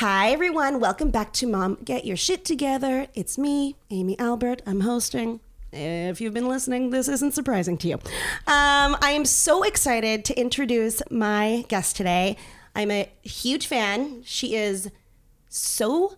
everyone. Welcome back to Mom Get Your Shit Together. It's me, Amy Albert. I'm hosting. If you've been listening, this isn't surprising to you. Um, I am so excited to introduce my guest today. I'm a huge fan. She is so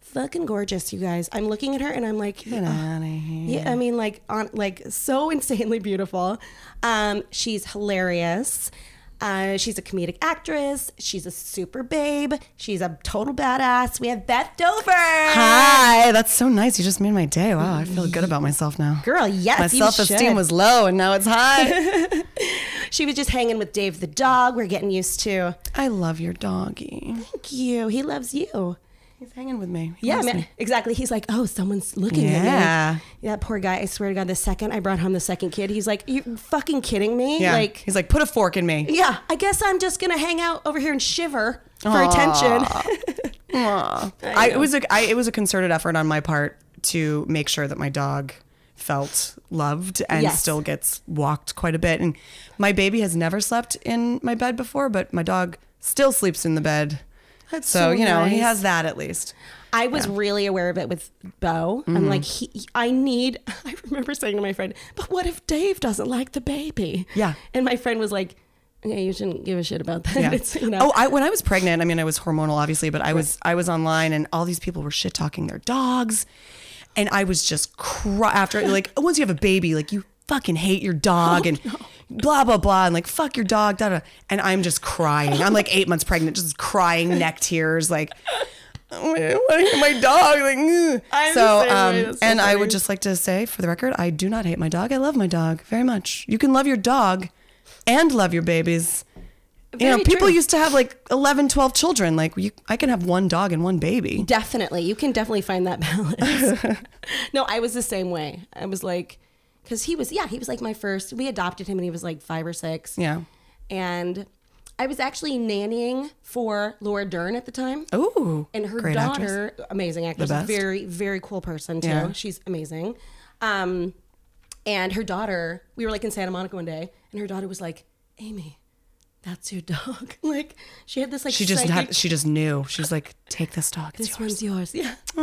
fucking gorgeous, you guys. I'm looking at her and I'm like, Get out of here. yeah, I mean, like on, like so insanely beautiful. Um, she's hilarious. Uh, she's a comedic actress. She's a super babe. She's a total badass. We have Beth Dover. Hi, that's so nice. You just made my day. Wow, I feel good about myself now. Girl, yes, my you self esteem should. was low and now it's high. She was just hanging with Dave the dog. We're getting used to. I love your doggy. Thank you. He loves you. He's hanging with me. He Yeah, loves man. me. Exactly. He's like, oh, someone's looking at me. Yeah. That poor guy. I swear to God, the second I brought home the second kid, he's like, you fucking kidding me? Yeah. Like, He's like, put a fork in me. Yeah, I guess I'm just gonna hang out over here and shiver for attention. Aw. I, it was a I, it was a concerted effort on my part to make sure that my dog felt loved and Yes. still gets walked quite a bit. And my baby has never slept in my bed before, but my dog still sleeps in the bed. That's so so you know he nice. has that at least. I was really aware of it with Bo. Mm-hmm. I'm like, he, I need. I remember saying to my friend, "But what if Dave doesn't like the baby?" Yeah. and my friend was like, "Yeah, you shouldn't give a shit about that." Yeah. It's, you know, Oh, I, when I was pregnant, I mean, I was hormonal, obviously, but I was I was online, and all these people were shit talking their dogs, and I was just cry after like once you have a baby, like you fucking hate your Oh, dog and blah blah blah, and like fuck your dog, da da, and I'm just crying. I'm like eight months pregnant, just crying, neck tears, like. "Oh, I want to hit my dog. Like, ugh. I'm the same so, way. um, That's so and I funny. would just like to say, for the record, I do not hate my dog. I love my dog very much. You can love your dog and love your babies you know Very people true. used to have like 11 12 children like you, i can have one dog and one baby definitely, you can definitely find that balance. no, I was the same way. I was like, because he was, yeah, he was like my first. We adopted him, and he was like five or six. yeah and I was actually nannying for Laura Dern at the time. oh and her great actress. daughter, amazing actress, best. very very cool person too. Yeah. She's amazing. Um, and her daughter, we were like in Santa Monica one day, and her daughter was like, "Amy, that's your dog." like she had this like she just psychic, had she just knew she was like take this dog it's this yours one's yours, yeah.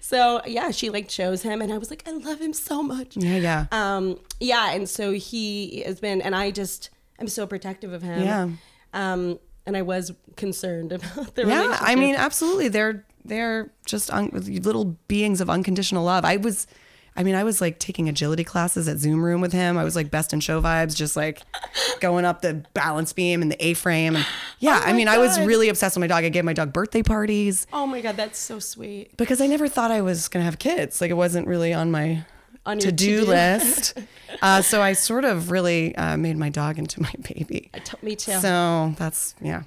So yeah, she like chose him, and I was like, I love him so much. yeah yeah Um, yeah, and so he has been, and I just I'm so protective of him. Yeah. Um, and I was concerned about the yeah relationship. i mean absolutely they're they're just un- little beings of unconditional love i was i mean i was like taking agility classes at zoom room with him i was like best in show vibes just like going up the balance beam and the a-frame and yeah Oh i my mean i was God. really obsessed with my dog i gave my dog birthday parties oh my god, that's so sweet. because I never thought I was going to have kids. Like it wasn't really on my On your to do to-do. list. uh, so I sort of really uh, made my dog into my baby. T- me too. So that's, yeah.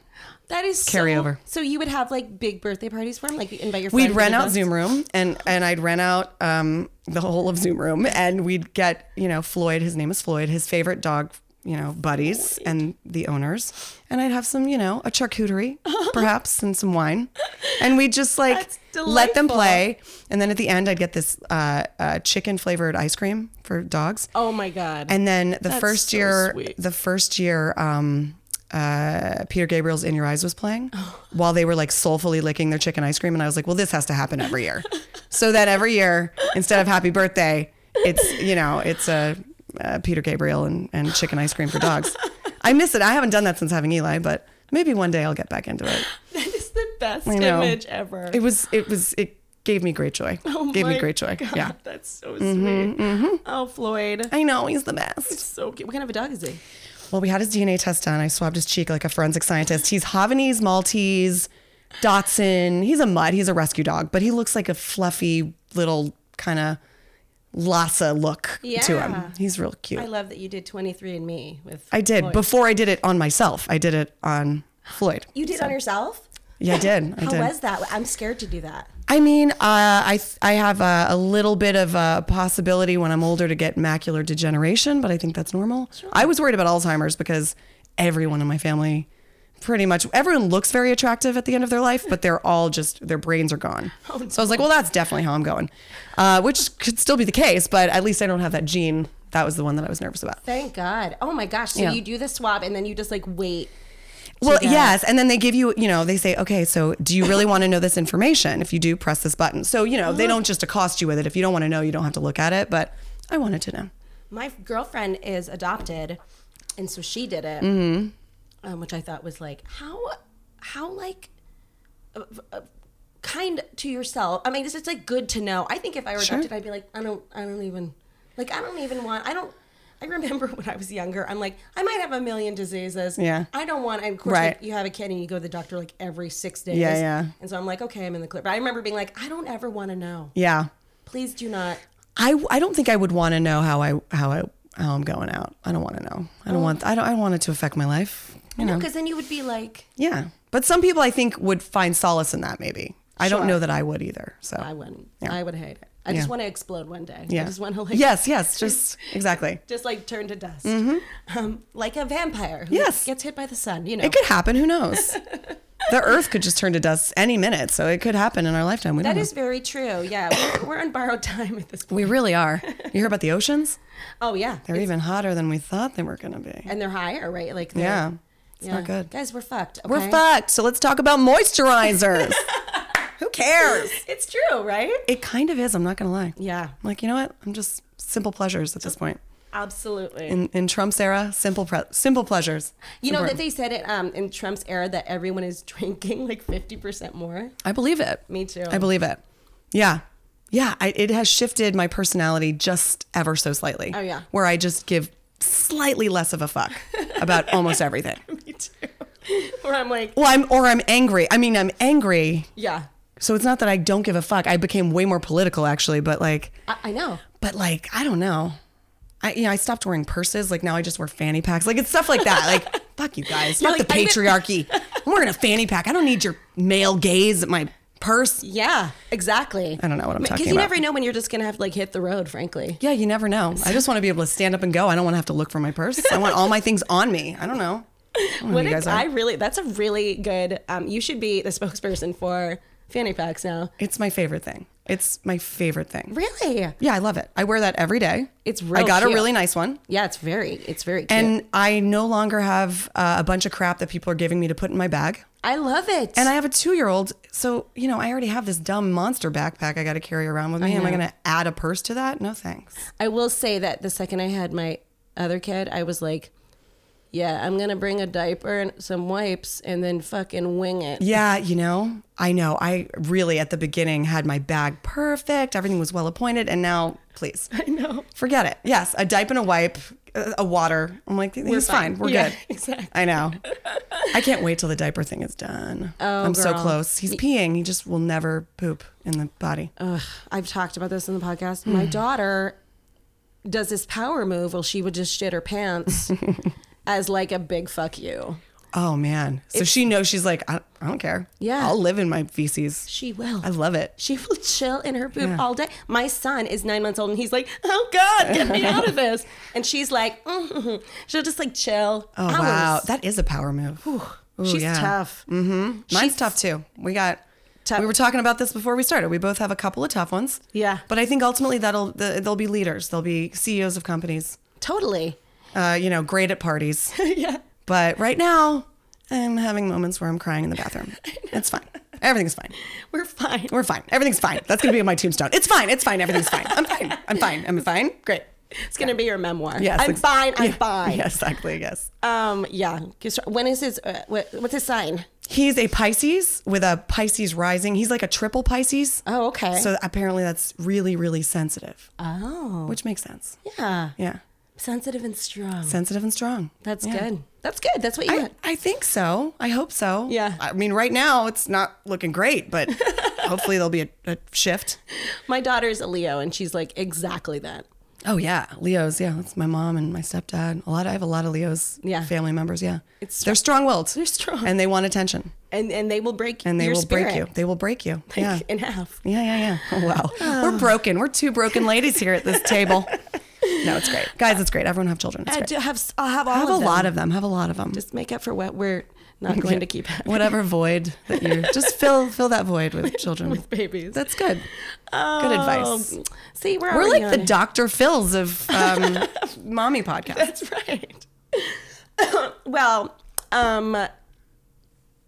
that is so- carryover. So you would have like big birthday parties for him, like you invite your. We'd friends rent and out host? Zoom Room and, and I'd rent out um, the whole of Zoom Room and we'd get, you know, Floyd, his name is Floyd, his favorite dog, you know, buddies and the owners. And I'd have some, you know, a charcuterie perhaps and some wine. And we'd just like That's let them delightful. play. And then at the end, I'd get this uh, uh, chicken flavored ice cream for dogs. Oh my god. And then the first so year, sweet. the first year, um, uh, Peter Gabriel's "In Your Eyes" was playing, Oh. while they were like soulfully licking their chicken ice cream, and I was like, "Well, this has to happen every year," so that every year, instead of "Happy Birthday," it's you know, it's a uh, Peter Gabriel and, and chicken ice cream for dogs. I miss it. I haven't done that since having Eli, but maybe one day I'll get back into it. that is the best I know. image ever. It was, it was, it gave me great joy. oh gave me my great joy. God, Yeah, Mm-hmm, That's so sweet. Oh Floyd, I know he's the best. so cute. What kind of a dog is he? Well, we had his DNA test done. I swabbed his cheek like a forensic scientist. He's Havanese, Maltese, Dotson. He's a mutt. He's a rescue dog, but he looks like a fluffy little kind of Lhasa look to Yeah. him. He's real cute. I I, love that you did 23 and Me with. did Floyd. before I did it on myself. I did it on Floyd. you did on yourself. Yeah, I did. I How did. was that? I'm scared to do that. I mean, uh, I th- I have a, a little bit of a possibility when I'm older to get macular degeneration, but I think that's normal. I was worried about Alzheimer's because everyone in my family, pretty much everyone looks very attractive at the end of their life, but they're all just their brains are gone. so I was like, well, that's definitely how I'm going, uh, which could still be the case, but at least I don't have that gene. That was the one that I was nervous about. Thank God. Oh my gosh. So Yeah. you do the swab and then you just like wait. Well, to the- yes. And then they give you, you know, they say, okay, so do you really want to know this information? If you do, press this button. So, you know, Uh-huh. they don't just accost you with it. If you don't want to know, you don't have to look at it. But I wanted to know. My girlfriend is adopted, and so she did it, Mm-hmm. um, which I thought was like how how like uh, uh, kind to yourself. I mean, it's just like good to know. I think if I were adopted, I'd be like, I don't, I don't even like, I don't even want, I don't. I remember when I was younger, I'm like, I might have a million diseases. Yeah. I don't want, and of course, Right. like, you have a kid and you go to the doctor like every six days. Yeah, yeah. And so I'm like, okay, I'm in the clip. But I remember being like, I don't ever want to know. Yeah. Please do not. I, I don't think I would want to know how I, how I, how I'm going out. I don't want to know. I Oh. don't want, I don't, I don't want it to affect my life. You No, know? because then you would be like, Yeah. But some people I think would find solace in that maybe. I don't know that I would either. So I wouldn't. I would hate it. I just want to explode one day. Oh. yeah. I just want to like yes, yes. Just exactly. just like turn to dust, um, like a vampire who Mm-hmm. Yes. gets hit by the sun. You know, It could happen. Who knows? the earth could just turn to dust any minute. So it could happen in our lifetime. We don't that know. is very true. Yeah, we're, we're on borrowed time at this point. we really are. You hear about the oceans? Oh yeah, They're even hotter than we thought they were going to be. and they're higher, right? Like they're- Yeah. It's not good. guys. We're fucked. We're okay? fucked. So let's talk about moisturizers. Who cares? It's true, right? It kind of is. I'm not going to lie. Yeah, I'm like, you know what? I'm just simple pleasures at this point. absolutely. In, in Trump's era, simple pre- simple pleasures. you know that they said it um, in Trump's era that everyone is drinking like fifty percent more. I believe it. Me too. I believe it. Yeah. Yeah. I, it has shifted my personality just ever so slightly. Oh, yeah. Where I just give slightly less of a fuck about almost everything. Me too. Where I'm like, Well, I'm, or I'm angry. I mean, I'm angry. yeah, So it's not that I don't give a fuck. I became way more political actually, but like, I, I know. but like, I don't know. I, you know, I stopped wearing purses. Like now I just wear fanny packs. Like it's stuff like that. Like, fuck you guys. Fuck like, the I didn't- patriarchy. I'm wearing a fanny pack. I don't need your male gaze at my purse. Yeah, exactly. I don't know what I'm talking Because you about. never know when you're just gonna have to like hit the road, frankly. Yeah, you never know. I just want to be able to stand up and go. I don't want to have to look for my purse. I want all my things on me. I don't know. I don't know who What Oh, a, you guys I are. really, that's a really good. Um, you should be the spokesperson for fanny packs now. It's my favorite thing. It's my favorite thing. Really? Yeah, I love it. I wear that every day. It's I real got a cute. really nice one. Yeah, it's very, it's very cute. And I no longer have uh, a bunch of crap that people are giving me to put in my bag. I love it. And I have a two year old. So, you know, I already have this dumb monster backpack I got to carry around with me. Am I going to add a purse to that? No, thanks. I will say that the second I had my other kid, I was like, yeah, I'm gonna bring a diaper and some wipes and then fucking wing it. Yeah, you know, I know. I really at the beginning had my bag perfect. Everything was well appointed, and now, please, I know. Forget it. Yes, a diaper and a wipe, uh, a water. I'm like, he's fine. fine. We're Yeah, good. exactly. I know. I can't wait till the diaper thing is done. Oh, I'm so girl. close. He's peeing. He just will never poop in the body. Ugh, I've talked about this in the Hmm. podcast. My daughter does this power move where she would just shit her pants as like a big fuck you. Oh man. So she knows. She's like, I, I don't care. Yeah. I'll live in my feces. She will. I love it. She will chill in her poop Yeah. all day. My son is nine months old and he's like, oh God, get me out of this. And she's like, mm she'll just like chill. Oh wow, that is a power move. Ooh, she's yeah. Mm-hmm. tough. Mine's tough too. We got. Tough. We were talking about this before we started. We both have a couple of tough ones. Yeah. But I think ultimately that'll the, they'll be leaders. They'll be CEOs of companies. Totally. Uh, you know, great at parties. yeah. but right now, I'm having moments where I'm crying in the bathroom. It's fine. Everything's fine. We're fine. We're fine. Everything's fine. That's gonna be on my tombstone. It's fine. It's fine. Everything's fine. I'm fine. I'm fine. I'm fine. Great. It's going to be your memoir. Yes. I'm ex- fine. I'm yeah. fine. Yes, exactly. Yes. Um, yeah. 'Cause When is his, uh, what, what's his sign? He's a Pisces with a Pisces rising. He's like a triple Pisces. Oh, okay. So apparently that's really, really sensitive, oh, which makes sense. yeah. Yeah. Sensitive and strong. Sensitive and strong. That's Yeah. good. That's good. That's what you I, want. I think so. I hope so. Yeah. I mean, right now it's not looking great, but hopefully there'll be a, a shift. My daughter's a Leo and she's like exactly that. Oh yeah, Leos. Yeah, that's my mom and my stepdad. A lot. I have a lot of Leos. Yeah. Family members. Yeah. It's they're strong-willed. They're strong. and they want attention. And, and they will break And they your will spirit. break you. They will break you. yeah. like, in half. Yeah, yeah, yeah. Oh, wow. Ah. We're broken. We're two broken ladies here at this table. No, it's great. Guys, it's great. Everyone have children. It's I great. do have s- I'll have all I have a of them. lot of them. Have a lot of them. Just make up for what we're not going to keep having Whatever void that you just fill fill that void with children. with babies. That's good. Oh, Good advice. See, we're We're already like the on it. Dr. Phil's of um, mommy podcast. That's right. well, um,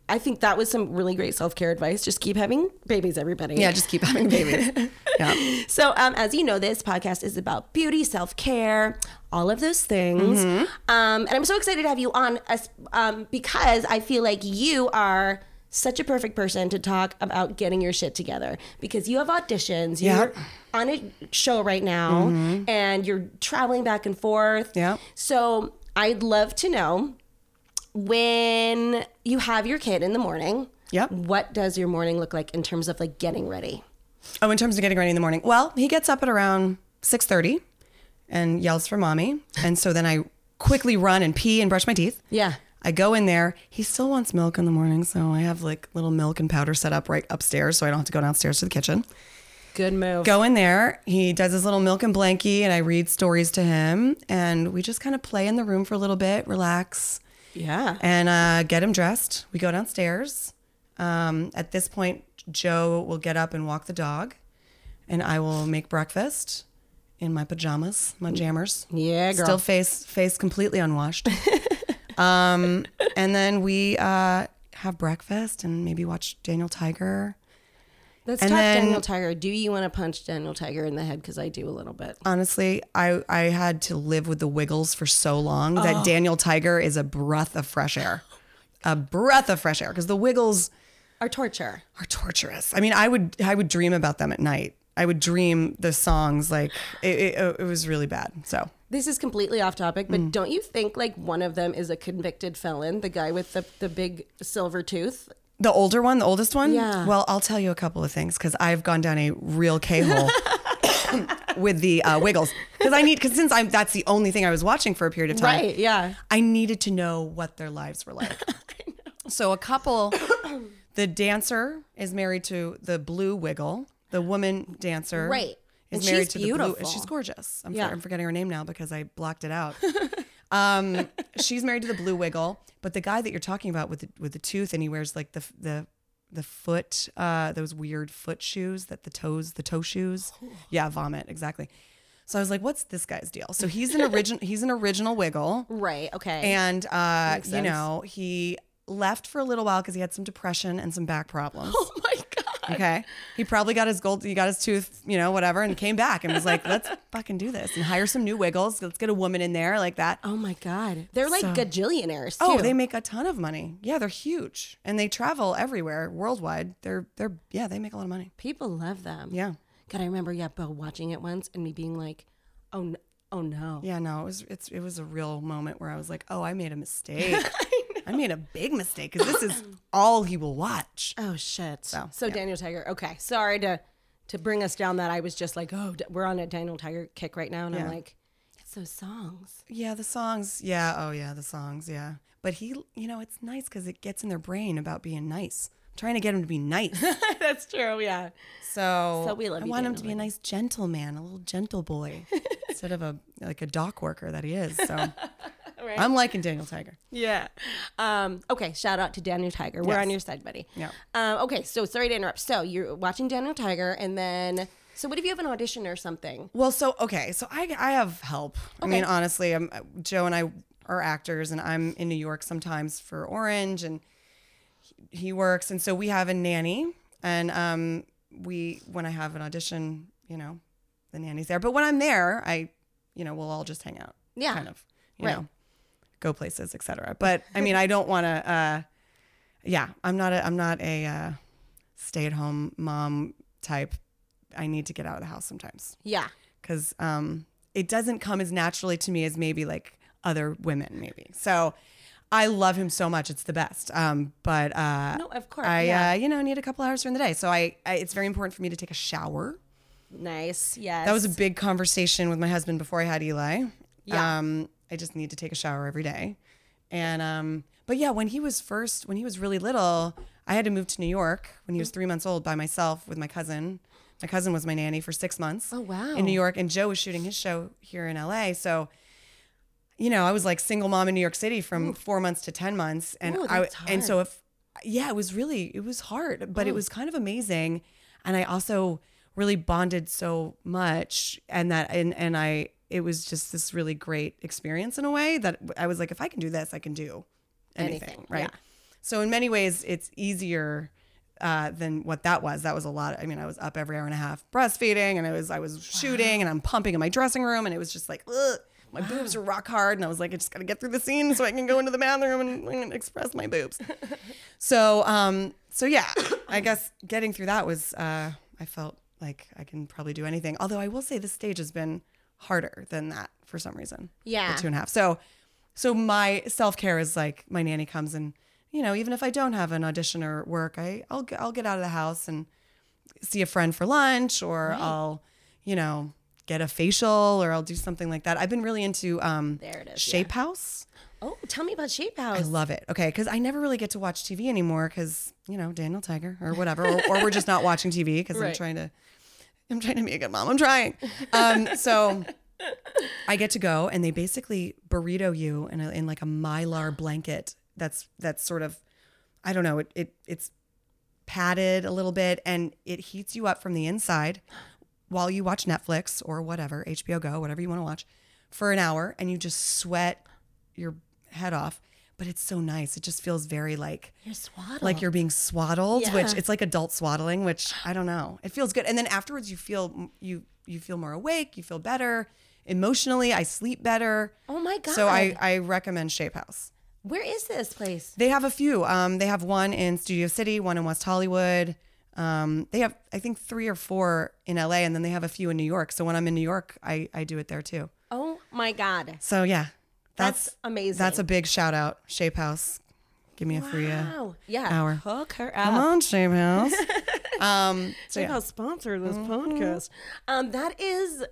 I think that was some really great self care advice. Just keep having babies, everybody. Yeah, just keep having babies. yeah. So, um, as you know, this podcast is about beauty, self care, all of those things. Mm-hmm. Um, and I'm so excited to have you on us um, because I feel like you are such a perfect person to talk about getting your shit together because you have auditions. You're Yep. Mm-hmm. on a show right now and you're traveling back and forth. Yep. So, I'd love to know when you have your kid in the morning. Yep. What does your morning look like in terms of like getting ready? Oh, in terms of getting ready in the morning, well, he gets up at around six thirty, and yells for mommy, and so then I quickly run and pee and brush my teeth. Yeah. I go in there. He still wants milk in the morning, so I have like little milk and powder set up right upstairs, so I don't have to go downstairs to the kitchen. Good move. Go in there. He does his little milk and blankie, and I read stories to him, and we just kind of play in the room for a little bit, relax. Yeah. and uh, get him dressed. We go downstairs. Um, at this point, Joe will get up and walk the dog, and I will make breakfast in my pajamas, my jammers. Yeah, girl. Still face face completely unwashed. um, and then we uh, have breakfast and maybe watch Daniel Tiger. Let's And talk then- Daniel Tiger. Do you want to punch Daniel Tiger in the head? Because I do a little bit. Honestly, I, I had to live with the Wiggles for so long Oh. that Daniel Tiger is a breath of fresh air. A breath of fresh air because the Wiggles Or torture. are torturous. I mean, I would I would dream about them at night. I would dream the songs like it, it, it was really bad. So This is completely off topic, Mm. but don't you think like one of them is a convicted felon? The guy with the, the big silver tooth? the older one, the oldest one. Yeah. Well, I'll tell you a couple of things because I've gone down a real k hole with the uh, Wiggles because I need because since I'm that's the only thing I was watching for a period of time. yeah. I needed to know what their lives were like. So a couple, the dancer is married to the blue wiggle. The woman dancer, Right. is And married she's to the beautiful. blue. She's gorgeous. I'm, for- Yeah. I'm forgetting her name now because I blocked it out. um, she's married to the blue wiggle, but the guy that you're talking about with the, with the tooth and he wears like the the the foot uh those weird foot shoes that the toes the toe shoes Oh. yeah vomit exactly so i was like what's this guy's deal so he's an original he's an original wiggle Right. Okay. and uh, you sense. know he left for a little while because he had some depression and some back problems oh my God. okay he probably got his gold he got his tooth you know whatever and came back and was like let's fucking do this and hire some new wiggles let's get a woman in there like that Oh my God. They're like gajillionaires too. oh they make a ton of money yeah they're huge and they travel everywhere worldwide they're they're yeah they make a lot of money People love them. yeah God, I remember, yeah, Bo watching it once and me being like, oh, no. Oh no. yeah no it was it's it was a real moment where i was like oh i made a mistake I made a big mistake because this is all he will watch. Oh shit. So, Daniel Tiger. Okay, sorry to to bring us down that. I was just like, oh, d- we're on a Daniel Tiger kick right now, and I'm like, it's those songs. Yeah, the songs. Yeah, oh yeah, the songs. Yeah, but he, you know, it's nice because it gets in their brain about being nice. I'm trying to get him to be nice, That's true. Yeah. so, So we love I you, want him Daniel to be a nice gentleman, a little gentle boy, instead of a like a dock worker that he is. So I'm liking Daniel Tiger. Yeah. Um, okay. Shout out to Daniel Tiger. We're Yes. on your side, buddy. Yeah. Um, okay. So sorry to interrupt. So you're watching Daniel Tiger, and then so what if you have an audition or something? Well, so okay, so I I have help. I mean, honestly, I'm, Joe and I are actors, and I'm in New York sometimes for Orange, and he, he works, and so we have a nanny, and um, we when I have an audition, you know, the nanny's there. But when I'm there, I, you know, we'll all just hang out, Yeah. kind of, you Right. know, go places, etc. But I mean, I don't want to. Uh, yeah, I'm not a I'm not a uh, stay at home mom type. I need to get out of the house sometimes Yeah. because um, it doesn't come as naturally to me as maybe like other women, maybe. So I love him so much; it's the best. Um, but uh, No, of course. I, yeah. uh, you know, need a couple hours during the day, so I, I it's very important for me to take a shower. nice. Yes. That was a big conversation with my husband before I had Eli. Yeah. Um, I just need to take a shower every day. And um, but yeah, when he was first, when he was really little, I had to move to New York when he was three months old by myself with my cousin. My cousin was my nanny for six months. Oh, wow. In New York, and Joe was shooting his show here in LA. So, you know, I was like single mom in New York City from four months to ten months, and Ooh, I that's Oh. and so if yeah, it was really it was hard, but it was kind of amazing, and I also really bonded so much, and that and and I it was just this really great experience in a way that I was like, if I can do this, I can do anything, Anything, right? yeah. So in many ways, it's easier uh, than what that was. That was a lot. I mean, I was up every hour and a half breastfeeding, and I was I was shooting, and I'm pumping in my dressing room, and it was just like, ugh, my boobs are rock hard, and I was like, I just gotta get through the scene so I can go into the bathroom and, and express my boobs. So um, so yeah, I guess getting through that was uh, I felt like I can probably do anything. Although I will say this stage has been harder than that for some reason. Yeah. The two and a half. So so my self care is like my nanny comes and you know even if I don't have an audition or work, I I'll get, I'll get out of the house and see a friend for lunch or I'll you know get a facial or I'll do something like that. I've been really into um There it is, yeah. Shape House. Oh, tell me about Shape I House. love it. Okay, because I never really get to watch TV anymore because you know Daniel Tiger or whatever, or, or we're just not watching TV because I'm Right. trying to, I'm trying to be a good mom. I'm trying. Um, so I get to go, and they basically burrito you in a, in like a mylar blanket. That's that's sort of, I don't know. It, it it's padded a little bit, and it heats you up from the inside while you watch Netflix or whatever HBO Go, whatever you want to watch, for an hour, and you just sweat your head off. But it's so nice. It just feels very like You're swaddled. like you're being swaddled, which Uh-huh. Yeah. it's like adult swaddling, which I don't know. It feels good. And then afterwards you feel you you feel more awake, you feel better emotionally, I sleep better. Oh my god. So I I recommend Shape House. Where is this place? They have a few. Um they have one in Studio City, one in West Hollywood. Um they have I think 3 or 4 in LA and then they have a few in New York. So when I'm in New York, I I do it there too. Oh my god. So yeah. That's, That's amazing. that's a big shout out Shape House. Give me a free uh, wow. Yeah. hour. Hook her Come up. on, Shame House. um, so Shape yeah. House sponsor this Mm-hmm. podcast. Um, that is.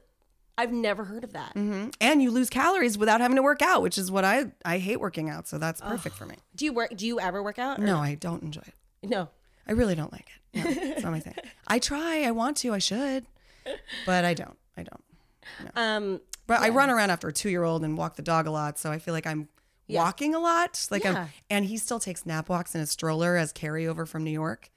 I've never heard of that. Mm-hmm. And you lose calories without having to work out, which is what I I hate working out. So that's perfect for me. Do you work? Do you ever work out? or- No, I don't enjoy it. No. I really don't like it. No, it's not my thing. I try. I want to. I should, but I don't. I don't. Um. But I run around after a two year old and walk the dog a lot. So I feel like I'm walking a lot. Like Yeah. I'm, and he still takes nap walks in a stroller as carryover from New York.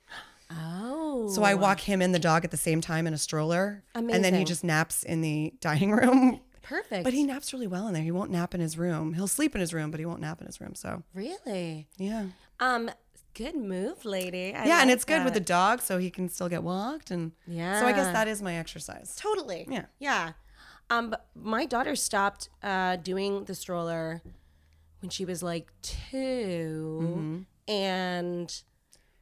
Oh. So I walk him and the dog at the same time in a stroller. And then he Amazing. just naps in the dining room perfect. But he naps really well in there. He won't nap in his room. He'll sleep in his room, but he won't nap in his room. So really. yeah, Um. Good move, lady. I yeah, and like it's good with the that. dog, so he can still get walked. And so I guess Yeah. that is my exercise. Totally. Yeah. Yeah. Um, but my daughter stopped uh, doing the stroller when she was like 2 Mm-hmm. And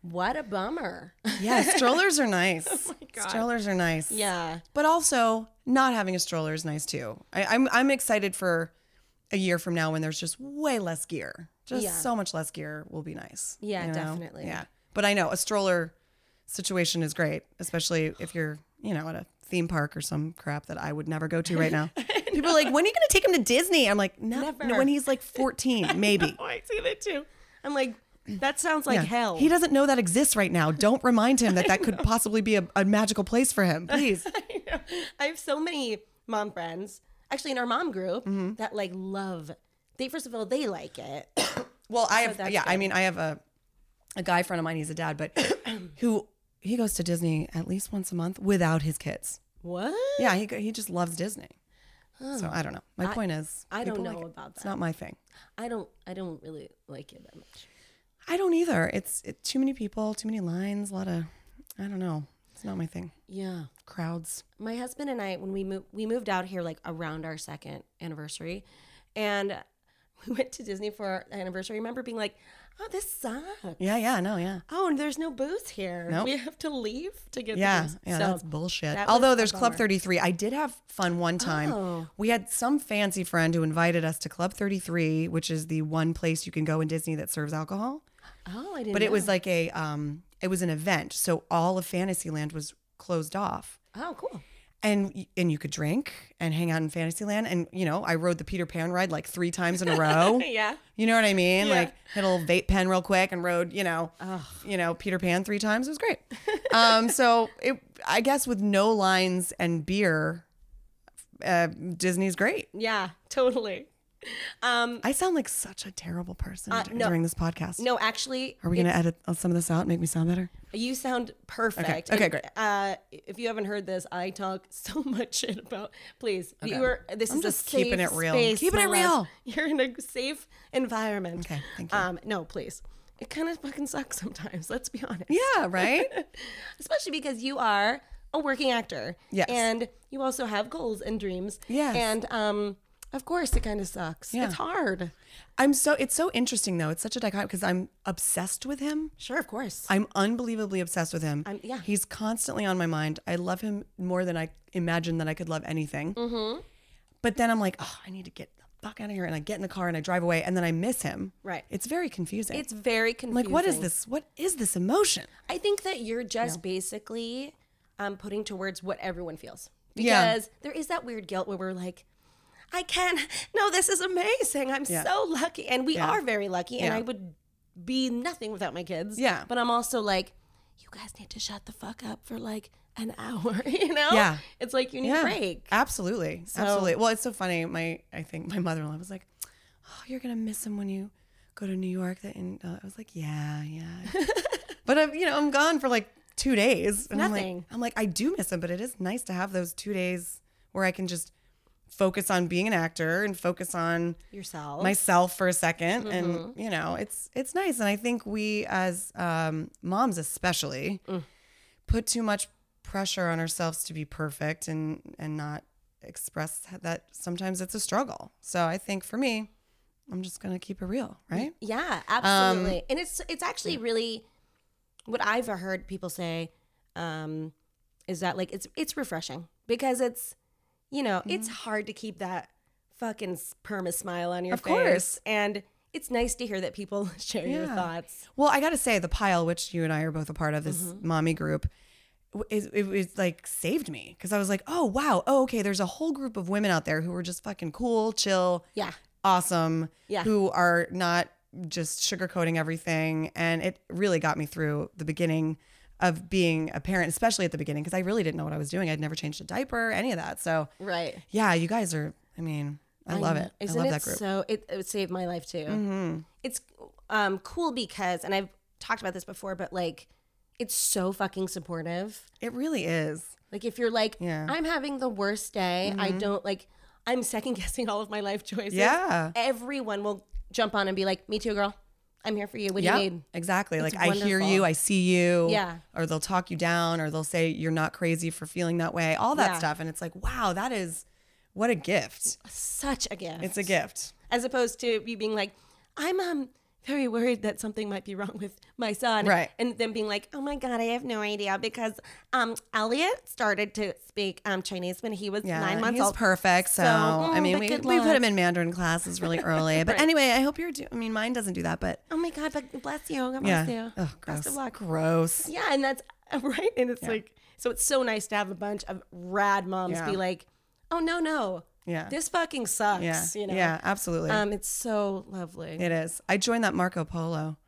what a bummer. Yeah, strollers are nice. Strollers are nice. Oh yeah. but also not having a stroller is nice too. I, I'm I'm excited for a year from now when there's just way less gear. Just Yeah. so much less gear will be nice. Yeah, definitely. Yeah, but I know a stroller situation is great, especially if you're you know at a theme park or some crap that I would never go to right now. People are like, when are you going to take him to Disney? I'm like, no, Never. when he's like 14, maybe. Oh, I see that too. I'm like, that sounds like Yeah. hell. He doesn't know that exists right now. Don't remind him that that could possibly be a, a magical place for him. Please. I know. I have so many mom friends, actually in our mom group, Mm-hmm. that like love. They first of all, they like it. Well, I have that's yeah, I mean, I have a a guy friend of mine, he's a dad, but who he goes to Disney at least once a month without his kids. what? Yeah, he go- he just loves Disney. So I don't know. My point is, I don't people know like it. about It's that. not my thing. I don't. I don't really like it that much. I don't either. It's it, too many people, too many lines, a lot of I don't know. It's not my thing. Yeah. Crowds. my husband and I when we moved we moved out here like around our second anniversary and we went to Disney for our anniversary. I remember being like, "Oh, this sucks. Yeah, yeah, no, yeah. Oh, and there's no booze here. Nope. We have to leave to get Yeah, the booze." yeah, so, that's bullshit. that was Although a there's Club bummer. 33. I did have fun one time. Oh. We had some fancy friend who invited us to Club 33, which is the one place you can go in Disney that serves alcohol. oh, I didn't. But it know. was like a um it was an event, so all of Fantasyland was closed off. oh, cool. And y- and you could drink and hang out in Fantasyland and you know, I rode the Peter Pan ride like 3 times in a row. Yeah. You know what I mean? Yeah. Like hit a little vape pen real quick and rode, you know, you know, Peter Pan three times. It was great. Um, so it, I guess, with no lines and beer, uh, Disney's great. Yeah, totally. Um, I sound like such a terrible person dur- Uh, no. during this podcast. no, actually, Are we gonna edit some of this out and make me sound better? You sound perfect. Okay, And, great. Uh, if you haven't heard this, I talk so much shit about. Please, you are. This I'm is just a safe keeping it real. Space, Keeping my it love. real. You're in a safe environment. Okay, thank you. Um, no, please. it kind of fucking sucks sometimes. Let's be honest. Yeah, right? Especially because you are a working actor. Yes. And you also have goals and dreams. Yes. And um, of course, it kind of sucks. Yeah. It's hard. I'm so it's so interesting though. It's such a dichotomy because I'm obsessed with him. Sure, of course. I'm unbelievably obsessed with him. I'm- yeah. He's constantly on my mind. I love him more than I imagined that I could love anything. Mm-hmm. But then I'm like, oh, I need to get the fuck out of here. And I get in the car and I drive away and then I miss him. Right. It's very confusing. it's very I'm like, confusing. what is this? What is this emotion? I think that you're just basically um, putting to words what everyone feels. Yeah. Because there is that weird guilt where we're like, I can't, no, this is amazing. I'm so lucky. And we are very lucky. And Yeah. I would be nothing without my kids. Yeah. But I'm also like, you guys need to shut the fuck up for like an hour, you know? Yeah. It's like you need a break. Absolutely. Absolutely. Well, it's so funny. My I think my mother in law was like, Oh, you're gonna miss him when you go to New York that and uh, I was like, Yeah, yeah. but I'm you know, I'm gone for like two days. And I'm Nothing. like I'm like, I do miss him, but it is nice to have those two days where I can just focus on being an actor and focus on Yourself. myself for a 2nd and you know it's it's nice and i think we as um, moms especially put too much pressure on ourselves to be perfect and and not express that sometimes it's a struggle so i think for me i'm just gonna keep it real right Yeah, Um, absolutely. and it's it's actually really what I've heard people say um, is that like it's it's refreshing because it's you know it's hard to keep that fucking s- perma smile on your Mm-hmm. Of face, course. and it's nice to hear that people share your Yeah. thoughts. Well, I got to say, the pile, which you and I are both a part of, this mommy group, w- is it was like saved me because I was like, oh wow, oh okay, there's a whole group of women out there who are just fucking cool, chill, Yeah. awesome, Yeah. who are not just sugarcoating everything, and it really got me through the beginning of being a parent, especially at the beginning because I really didn't know what I was doing. I'd never changed a diaper, any of that. So Right. yeah, you guys are. I mean, I love it. I Isn't love it that group. Mm-hmm. So it, it saved my life too. It's um, cool because, and I've talked about this before, but like, it's so fucking supportive. it really is. Like if you're like, Yeah. Mm-hmm. I'm having the worst day. I don't like. I'm second guessing all of my life choices. Yeah. Everyone will jump on and be like, "Me too, girl. I'm here for you. What do you need?" exactly. It's like I hear wonderful. you, I see you. Yeah. Or they'll talk you down, or they'll say you're not crazy for feeling that way. All that Yeah. stuff, and it's like, wow, that is what a gift. Such a gift. It's a gift. As opposed to you being like, "I'm um very worried that something might be wrong with my son," Right. And then being like, "Oh my god, I have no idea because um Elliot started to speak um Chinese when he was Yeah, nine months he's old. perfect. So, So, I mm, mean, but we, good we put luck. him in Mandarin classes really early. But anyway, I hope you're. Do- I mean, mine doesn't do that, but Oh my god, but bless you. God yeah. bless you. Oh, gross. Best of luck. Gross. Yeah, and that's right. And it's like so it's so nice to have a bunch of rad moms Yeah. be like, "Oh no, no. Yeah. This fucking sucks." Yeah. You know. Yeah. Absolutely. Um it's so lovely. it is. I joined that Marco Polo.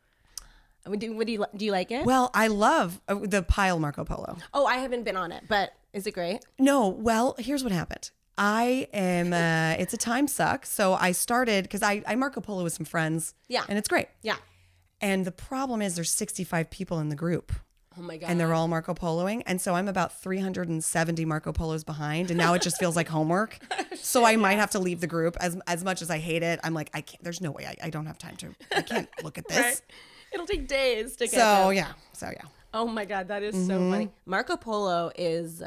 I mean, do what do you li- do you like it? Well, I love uh, the pile Marco Polo. oh, I haven't been on it, but is it great? No, well, here's what happened. I am. Uh, it's a time suck. So I started because I, I Marco Polo with some friends. Yeah. and it's great. Yeah. And the problem is there's 65 people in the group, Oh my god. and they're all Marco Poloing, and so I'm about 370 Marco Polos behind, and now it just feels like homework. Oh, So I might have to leave the group as as much as I hate it. I'm like I can't. There's no way I, I don't have time to. I can't look at this. Right. It'll take days to get So Mm-hmm. them. yeah, so yeah. Oh my god, that is so funny. Marco Polo is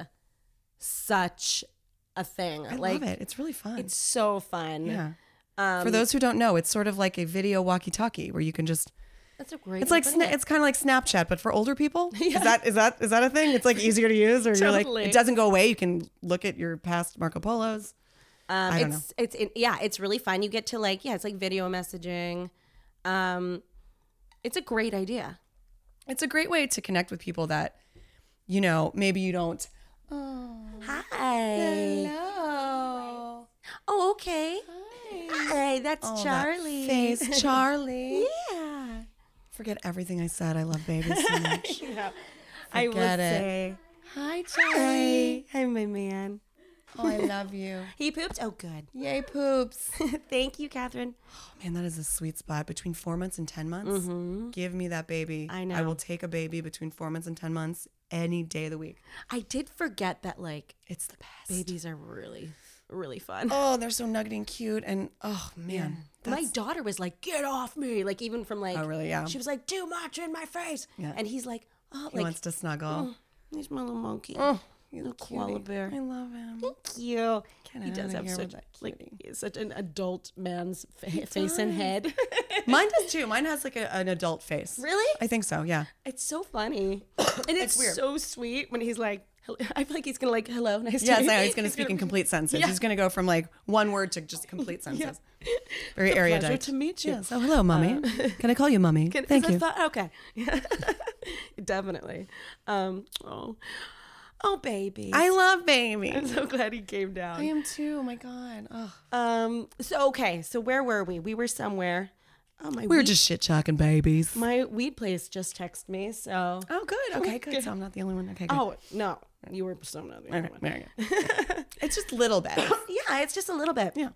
such a thing. I like love it. It's really fun. it's um, so fun. yeah. For those who don't know, it's sort of like a video walkie-talkie where you can just That's a great It's like way to sna- put it. it's kind of like Snapchat, but for older people. Is that is that is that a thing? It's like easier to use, or you're Totally. like it doesn't go away. You can look at your past Marco Polos. Um, I don't it's it's it, yeah, it's really fun. You get to like yeah, it's like video messaging. Um, it's a great idea. It's a great way to connect with people that, you know, maybe you don't. Hi. Hello, Oh, Oh, okay. Hi. that's Charlie. face Charlie. Yeah. Forget everything I said. I love babies so much. I would Forget it. say Hi Charlie. hi. Hi, my man. Oh, I love you. He pooped. Oh, good. Yay poops. Thank you, Catherine. Oh, Man, that is a sweet spot. Between four months and 10 months, give me that baby. Mm-hmm. I I know. will take a baby between four months and 10 months any day of the week. I did forget that like It's the best. babies are really really fun. Oh, they're so nuggety and cute. And oh man. my daughter was like, "Get off me!" Like even from like, Oh, really? Yeah. She was like, "Too much in my face," Yeah. and he's like, "Oh, He like wants to snuggle. he's my little monkey, he's little a koala cutie. bear." I love him. Cute. Get He does outta have here with such that like cutie. he's such an adult man's fa- face and head. Mine does too. Mine has like a, an adult face. Really? I think so. Yeah. It's so funny, and it's, weird. so sweet when he's like, hello. I feel like he's gonna like, "Hello, nice Yes, to meet I know. you." He's going to speak in complete sentences. He's going to go from like one word to just complete sentences. Very erudite. pleasure to meet you. Yes. Oh, hello, mummy. Can I call you mummy? Can- is Thank that you. thought- okay, Yeah. definitely. Um, oh, oh, baby. I love baby. I'm so glad he came down. am too. Oh my god. Oh. Um. So okay. So where were we? We were somewhere. Oh my. We were weed, just shit talking babies. my weed place just texted me. So. Oh, good. Okay, good. So I'm not the only one. Okay, good. Oh no, you were so not the All other right, one. there you go. it's just little bit. Yeah, it's just a little bit. Yeah.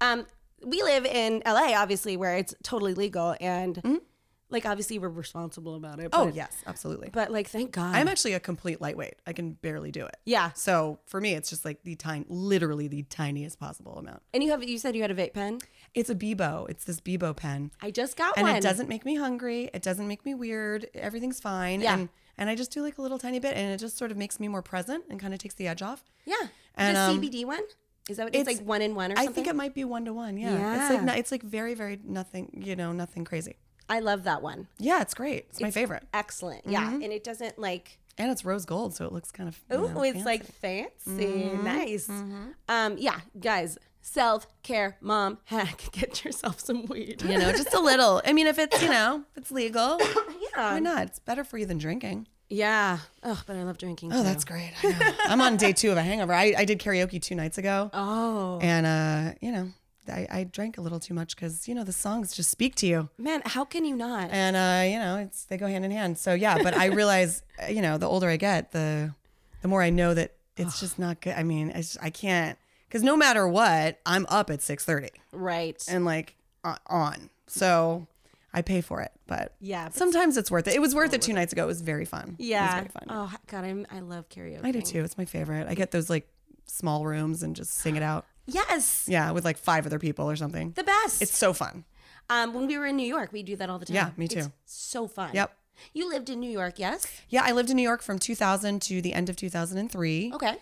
Um. We live in LA, obviously, where it's totally legal and, like, obviously we're responsible about it. Oh but- yes, absolutely. But like, thank God. I'm actually a complete lightweight. I can barely do it. yeah. So for me, it's just like the tiny, literally the tiniest possible amount. And you have you said you had a vape pen. It's a Bebo. It's this Bebo pen. I just got and one. it doesn't make me hungry. It doesn't make me weird. Everything's fine. Yeah. And, and I just do like a little tiny bit, and it just sort of makes me more present and kind of takes the edge off. Yeah. And, the um, CBD one. Is that what it's, it's- like one in one or I something? think it might be one to one. Yeah. It's like Yeah. no, it's like very very nothing. You know, nothing crazy. I love that one. Yeah, it's great. It's, my favorite, Excellent. Yeah. And it doesn't like and it's rose gold, so it looks kind of. you Oh, know, it's fancy. Mm-hmm, like fancy, nice. Um, yeah, guys, self care, mom hack. Get yourself some weed. you know, just a little. I mean, if it's you know, if it's legal. yeah, Why not? It's better for you than drinking. yeah. Oh, but I love drinking. Oh, that's great. I know. I'm on day two of a hangover. I, I did karaoke two nights ago. oh And, uh, you know, I, I drank a little too much because, you know, the songs just speak to you. man, how can you not? And, uh, you know, it's they go hand in hand. So, yeah, but I realize, uh, you know, the older I get, the the more I know that it's just not good. I mean, it's, I can't because no matter what, I'm up at 630 right. and like o- on. So I pay for it. But Yeah, but- sometimes it's worth it. It was worth it two nights ago. It was very fun. It was yeah. very fun. Oh God, I'm. I love karaoke. I do too. It's my favorite. I get those like small rooms and just sing it out. Yes, Yeah, with like five other people or something. the best. It's so fun. um, when we were in New York, we do that all the time. Yeah, me It's too. so fun. Yep. You lived in New York, yes? Yeah, I lived in New York from 2000 to the end of 2003. Okay.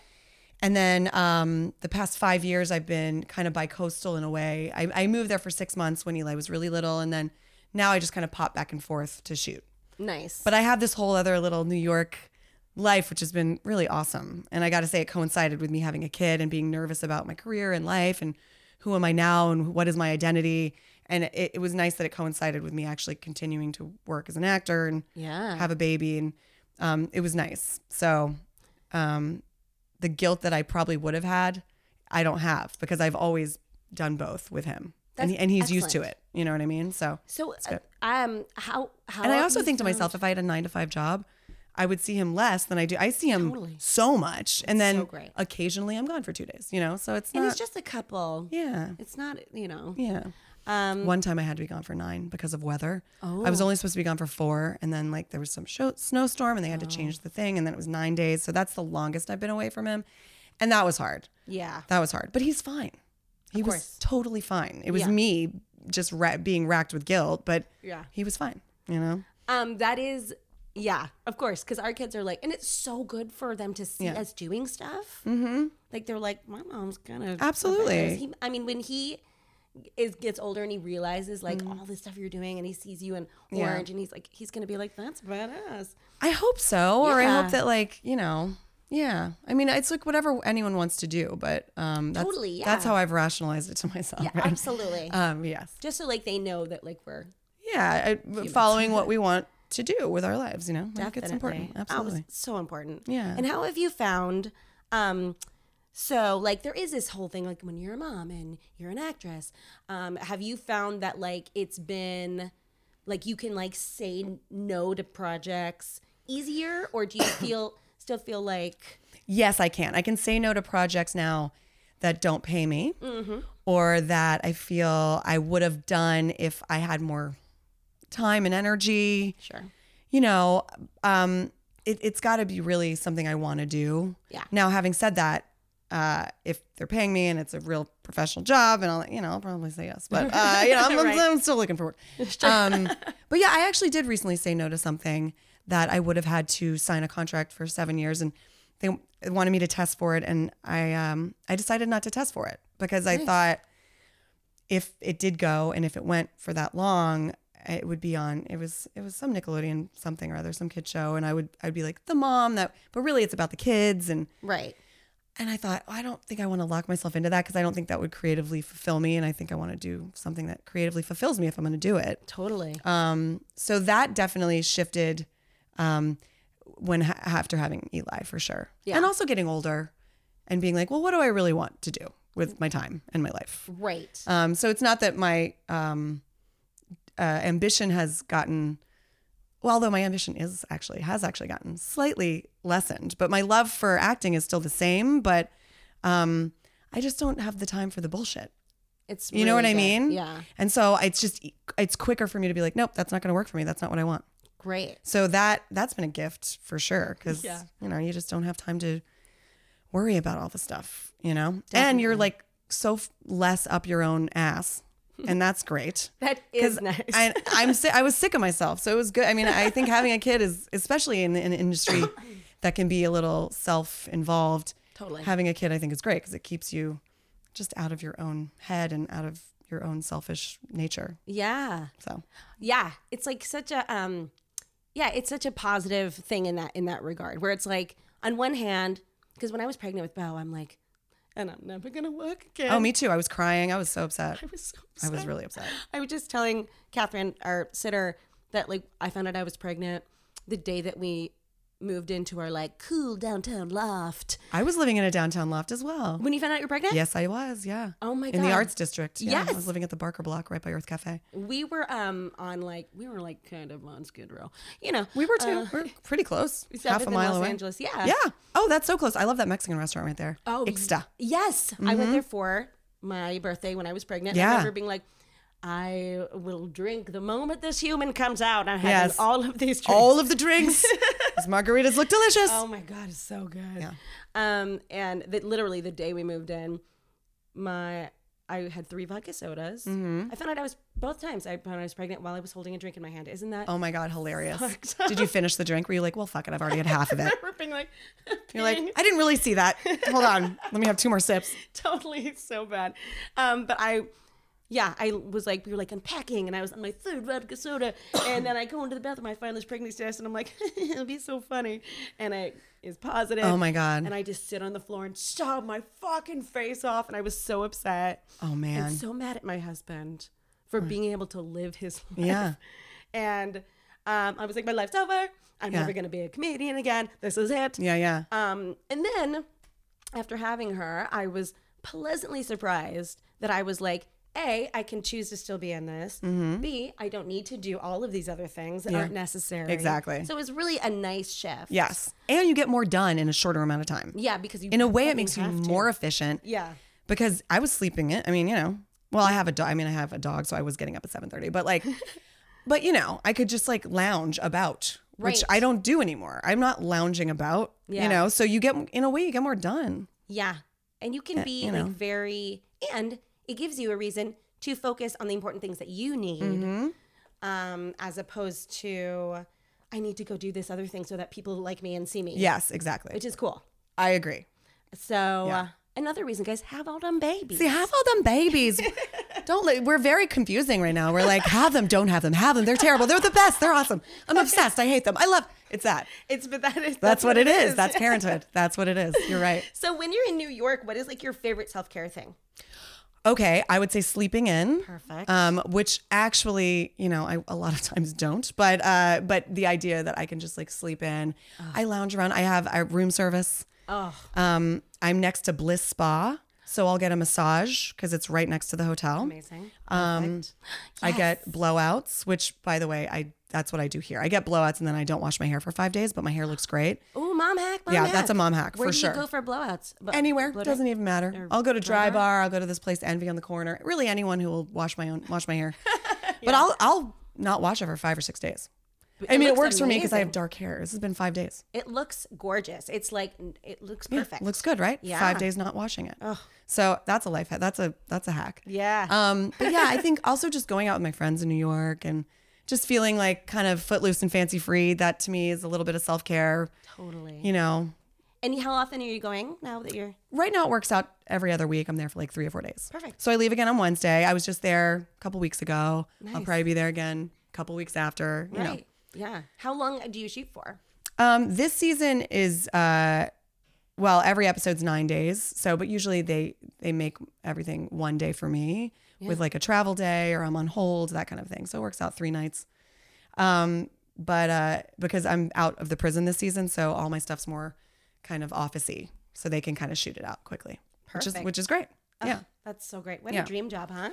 And then um, the past five years, I've been kind of bi coastal in a way. I, I moved there for six months when Eli was really little. And then now I just kind of pop back and forth to shoot. Nice. But I have this whole other little New York life, which has been really awesome. And I got to say, it coincided with me having a kid and being nervous about my career and life and who am I now and what is my identity. And it, it was nice that it coincided with me actually continuing to work as an actor and Yeah. have a baby. And um, it was nice. So um, the guilt that I probably would have had, I don't have because I've always done both with him. and, That's he, and he's used to excellent. it. You know what I mean? So so, uh, um, how how? and I have also you think to found- myself, if I had a nine to five job, I would see him less than I do. I see him Totally. so much, and then so great. occasionally I'm gone for two days. You know, so it's and not. it's just a couple. yeah, It's not, you know. yeah. Um, One time I had to be gone for nine because of weather. I was only supposed to be gone for four, and then like there was some show, snowstorm, and they had to change the thing, and then it was nine days. So that's the longest I've been away from him, and that was hard. yeah. That was hard, but he's fine. He was course. totally fine. It was Yeah. me just ra- being racked with guilt, but Yeah. he was fine. You know. Um, that is, yeah, of course, because our kids are like, and it's so good for them to see Yeah. us doing stuff. Mm-hmm. Like they're like, my mom's kind of Absolutely. He, I mean, when he is gets older and he realizes like Mm-hmm. all the stuff you're doing, and he sees you in orange, and he's like, he's gonna be like, that's badass. I hope so, or I Yeah. hope that like you know, yeah. I mean, it's like whatever anyone wants to do, but um, that's, Totally, yeah. That's how I've rationalized it to myself. Yeah, right? absolutely. Um, yes, Just so like they know that like we're yeah. I, following what we want to do with our lives, you know, I think it's important. Definitely. Oh, it's Absolutely. so important. Yeah. And how have you found um so like there is this whole thing like when you're a mom and you're an actress, um, have you found that like it's been like you can like say no to projects easier or do you feel still feel like Yes, I can. I can say no to projects now that don't pay me, or that I feel I would have done if I had more time and energy. sure. you know, um, it, it's got to be really something I want to do. Yeah. Now, having said that, uh, if they're paying me and it's a real professional job, and I'll, you know, I'll probably say yes. But uh, you know, I'm, I'm- Right. I'm still looking for work. Um, but yeah, I actually did recently say no to something that I would have had to sign a contract for seven years, and they wanted me to test for it, and I, um, I decided not to test for it because I thought if it did go and if it went for that long it would be on it was it was some nickelodeon something or other some kid show and i would i'd be like the mom that but really it's about the kids and Right. and i thought oh, i don't think i want to lock myself into that because i don't think that would creatively fulfill me and i think i want to do something that creatively fulfills me if i'm going to do it Totally. um, so that definitely shifted um, when ha- after having Eli for sure, Yeah. and also getting older and being like, well, what do I really want to do with my time and my life? right. Um, so it's not that my um, uh, ambition has gotten, well, although my ambition is actually has actually gotten slightly lessened, but my love for acting is still the same. But um, I just don't have the time for the bullshit. It's You know what really I good. mean? Yeah. And so it's just it's quicker for me to be like, nope, that's not going to work for me. That's not what I want. Great. So that that's been a gift for sure because Yeah. you know you just don't have time to worry about all the stuff, you know. And you're like so f- less up your own ass, and that's great. That is nice. I, I'm si- I was sick of myself, so it was good. I mean, I think having a kid is especially in, the- in an industry that can be a little self-involved. Totally. having a kid I think is great because it keeps you just out of your own head and out of your own selfish nature. yeah. So Yeah, it's like such a um yeah, it's such a positive thing in that in that regard where it's like on one hand because when I was pregnant with Bo, I'm like and I'm never going to work again. oh, me too. I was crying. I was so upset. I was so I upset. was really upset. I was just telling Catherine, our sitter, that like I found out I was pregnant the day that we moved into our like cool downtown loft. I was living in a downtown loft as well. When you found out you're pregnant? Yes, I was. Yeah. Oh my In the God. arts district. Yeah. I Yes. was living at the Barker Block right by Earth Cafe. We were um on like we were like kind of on Skid Row. You know. We were too. we're pretty close. Half Seventh a in mile Los away. Angeles. Yeah. Oh, that's so close. I love that Mexican restaurant right there. Oh, Ixta. Yes, I went there for my birthday when I was pregnant. I Mm-hmm. Yeah. remember being like, I will drink the moment this human comes out. I'm having Yes. all of these drinks. All of the drinks. These margaritas look delicious. oh my god, it's so good. Um, and that literally the day we moved in, my I had three vodka sodas. Mm-hmm. I found out I was both times. I found out I was pregnant while I was holding a drink in my hand. Isn't that? Oh my God, hilarious. Did you finish the drink? Were you like, well, fuck it, I've already had half of it? We're being like, You're like, I didn't really see that. Hold on. Let me have two more sips. totally so bad. Um, but I, yeah, I was like, we were like unpacking, and I was on my third vodka soda, and then I go into the bathroom, I find this pregnancy test, and I'm like, it'll be so funny, and I is positive. Oh my God. And I just sit on the floor and sob my fucking face off, and I was so upset Oh man. and so mad at my husband for being able to live his life. Mm. Yeah. and um, I was like, my life's over. I'm Yeah. never gonna be a comedian again. This is it. Yeah, yeah. Um, and then after having her, I was pleasantly surprised that I was like, A, I can choose to still be in this. Mm-hmm. B, I don't need to do all of these other things that aren't necessary. Exactly. So it was really a nice shift. Yes. And you get more done in a shorter amount of time. Yeah, because Oh, you In a way, it fucking makes you have to. more efficient. Yeah. because I was sleeping it. I mean, you know, well, I have a dog. I mean, I have a dog, so I was getting up at seven thirty. But like, but you know, I could just like lounge about, which Right. I don't do anymore. I'm not lounging about. Yeah. You know, so you get in a way you get more done. Yeah. And you can be Eh, you know. like very and it gives you a reason to focus on the important things that you need. Mm-hmm. Um, as opposed to I need to go do this other thing so that people like me and see me. Yes, exactly. Which is cool. I agree. So uh, another reason, guys, have all them babies. See, have all them babies. Don't let, we're very confusing right now. We're like, have them, don't have them, have them. They're terrible. They're the best. They're awesome. I'm obsessed. I hate them. I love. It's that. it's but that is That's what it is. That's parenthood. That's what it is. You're right. so when you're in New York, what is like your favorite self care thing? Okay, I would say sleeping in. Perfect. Um, which actually, you know, I a lot of times don't, but uh, but the idea that I can just like sleep in, I lounge around. I have a room service. Oh. Um, I'm next to Bliss Spa, so I'll get a massage because it's right next to the hotel. Amazing. Um, I get blowouts, which by the way, I that's what I do here. I get blowouts and then I don't wash my hair for five days, but my hair looks great. Oh, mom hack. Mom yeah, hack. that's a mom hack Where for do sure. you go for blowouts? Bu- anywhere blow dry? doesn't even matter i'll go to dry bar i'll go to this place envy on the corner really anyone who will wash my own wash my hair but i'll i'll not wash it for five or six days I mean, it looks works for me because I have amazing. dark hair. This has been five days. It looks gorgeous. It's like it looks perfect. Looks good, right? Yeah. Five days not washing it. So that's a life hack. That's a that's a hack. Yeah. Um. But yeah, I think also just going out with my friends in New York and just feeling like kind of footloose and fancy free. That to me is a little bit of self care. totally. You know. And how often are you going now that you're? Right now it works out every other week. I'm there for like three or four days. Perfect. So I leave again on Wednesday. I was just there a couple weeks ago. I'll probably be there again a couple weeks after. You know. Right. Yeah. How long do you shoot for? Um, this season is uh, well, every episode's nine days. So, but usually they they make everything one day for me with like a travel day or I'm on hold that kind of thing. So it works out three nights. Um, but uh, because I'm out of the prison this season, so all my stuff's more kind of officey, so they can kind of shoot it out quickly, which is Perfect. which is great. yeah. That's so great. What a dream job, huh?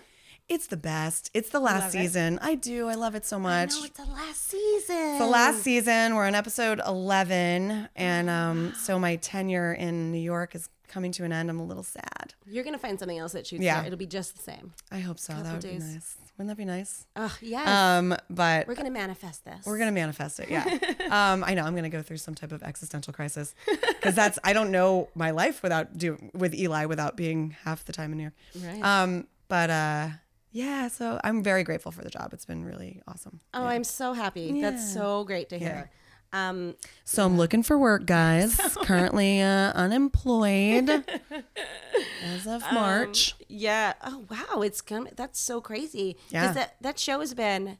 It's the best. It's the last season. I do. I love it so much. No, it's the last season. The Mm. last season, we're on episode 11. And um, so my tenure in New York is coming to an end. I'm a little sad. You're gonna find something else that shoots. Yeah. Yeah. It'll be just the same. I hope so. that would be days. nice. Wouldn't that be nice? Oh yes. Um, but We're gonna manifest this. we're going to manifest it. Yeah. um, I know I'm going to go through some type of existential crisis because that's, I don't know my life without do with Eli without being half the time in New York. Right. Um, but uh, yeah, so I'm very grateful for the job. It's been really awesome. oh, I'm so happy. That's so great to hear. Um, So I'm looking for work, guys. Currently uh, unemployed as of Um, March. yeah. Oh wow, it's come. That's so crazy. 'Cause Yeah. That that show has been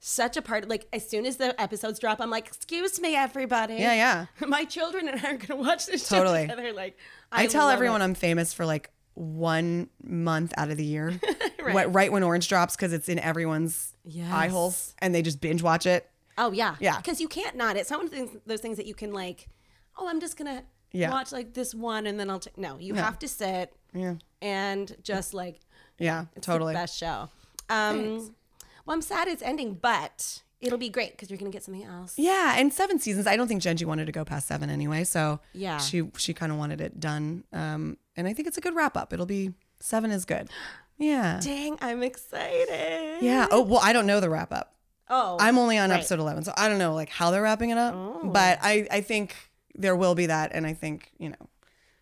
such a part. Like as soon as the episodes drop, I'm like, excuse me, everybody. yeah, yeah. My children and I are gonna watch this Totally. show together. Like I, tell love everyone it. I'm famous for like one month out of the year, right. right when Orange drops, because it's in everyone's Yes. eye holes, and they just binge watch it. Oh yeah, Yeah. Because you can't not. It's not one of those- those things that you can like. Oh, I'm just gonna Yeah. watch like this one and then I'll. T-. No, you have to sit. Yeah. And just like Yeah, it's totally. the best show. Um, well, I'm sad it's ending, but it'll be great because you're gonna get something else. Yeah, and seven seasons. I don't think Genji wanted to go past seven anyway, so Yeah. she she kind of wanted it done. Um, and I think it's a good wrap up. It'll be seven is good. Yeah, Dang, I'm excited. yeah. Oh well, I don't know the wrap up. Oh, I'm only on episode 11, so I don't know like how they're wrapping it up, but I I think there will be that, and I think you know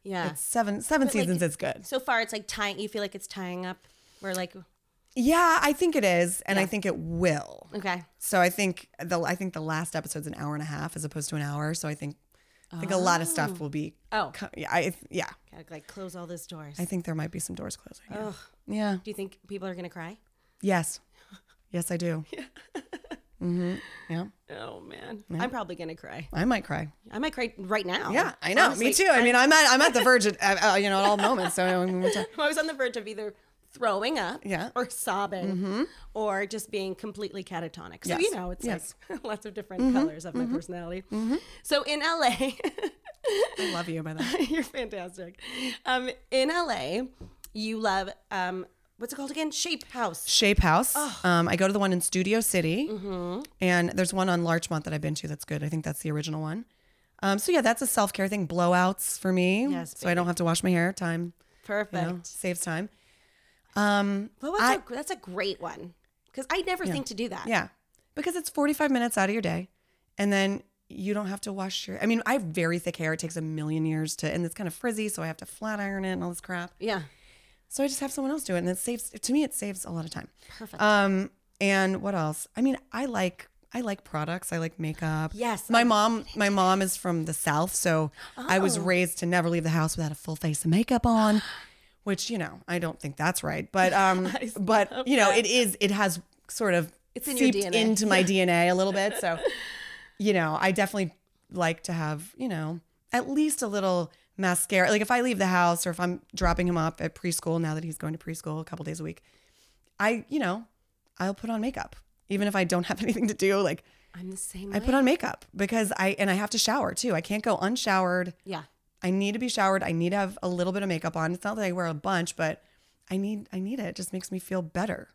yeah. seven seven like, seasons is good. So far, it's like tying. You feel like it's tying up. We're like, Yeah, I think it is, and I think it will. okay, So I think the I think the last episode's an hour and a half as opposed to an hour. So I think I think a lot of stuff will be. Oh. co- yeah, I, yeah. gotta like close all those doors. I think there might be some doors closing. Yeah. yeah. Do you think people are gonna cry? Yes. Yes, I do. Yeah. hmm Yeah. Oh man, I'm probably gonna cry. I might cry. I might cry right now. Yeah, I know. Honestly, Me too. I mean, I'm at I'm at the verge, of, uh, uh, you know, at all moments. So I mean, we're talking- I was on the verge of either throwing up Yeah. Mm-hmm. or sobbing or just being completely catatonic. So, Yes. you know, it's Yes. Mm-hmm. like lots of different colors of my personality. So, in LA, I love you by that. you're fantastic. Um, in LA, you love, um, what's it called again? Shape House. Shape House. Um, I go to the one in Studio City, and there's one on Larchmont that I've been to. That's good. I think that's the original one. Um, so yeah, that's a self care thing. Blowouts for me. Yes, so I don't have to wash my hair. Time Perfect. you know, saves time. Well, that's, a that's a great one because I never think to do that. Yeah, because it's 45 minutes out of your day, and then you don't have to wash your. I mean, I have very thick hair. It takes a million years to, and it's kind of frizzy, so I have to flat iron it and all this crap. Yeah. So I just have someone else do it, and it saves to me. It saves a lot of time. Perfect. Um, and what else? I mean, I like I like products. I like makeup. Yes, My mom, my mom is from the South, so I was raised to never leave the house without a full face of makeup on, which you know I don't think that's right, but um, but you know it is. It has sort of it's in your DNA. into my DNA a little bit, so you know, I definitely like to have, you know, at least a little mascara. Like if I leave the house or if I'm dropping him up at preschool now that he's going to preschool a couple days a week, I, you know, I'll put on makeup. Even if I don't have anything to do, like I'm the same I way. put on makeup because I and I have to shower too. I can't go unshowered. yeah. I need to be showered. I need to have a little bit of makeup on. It's not that I wear a bunch, but I need I need it. It just makes me feel better.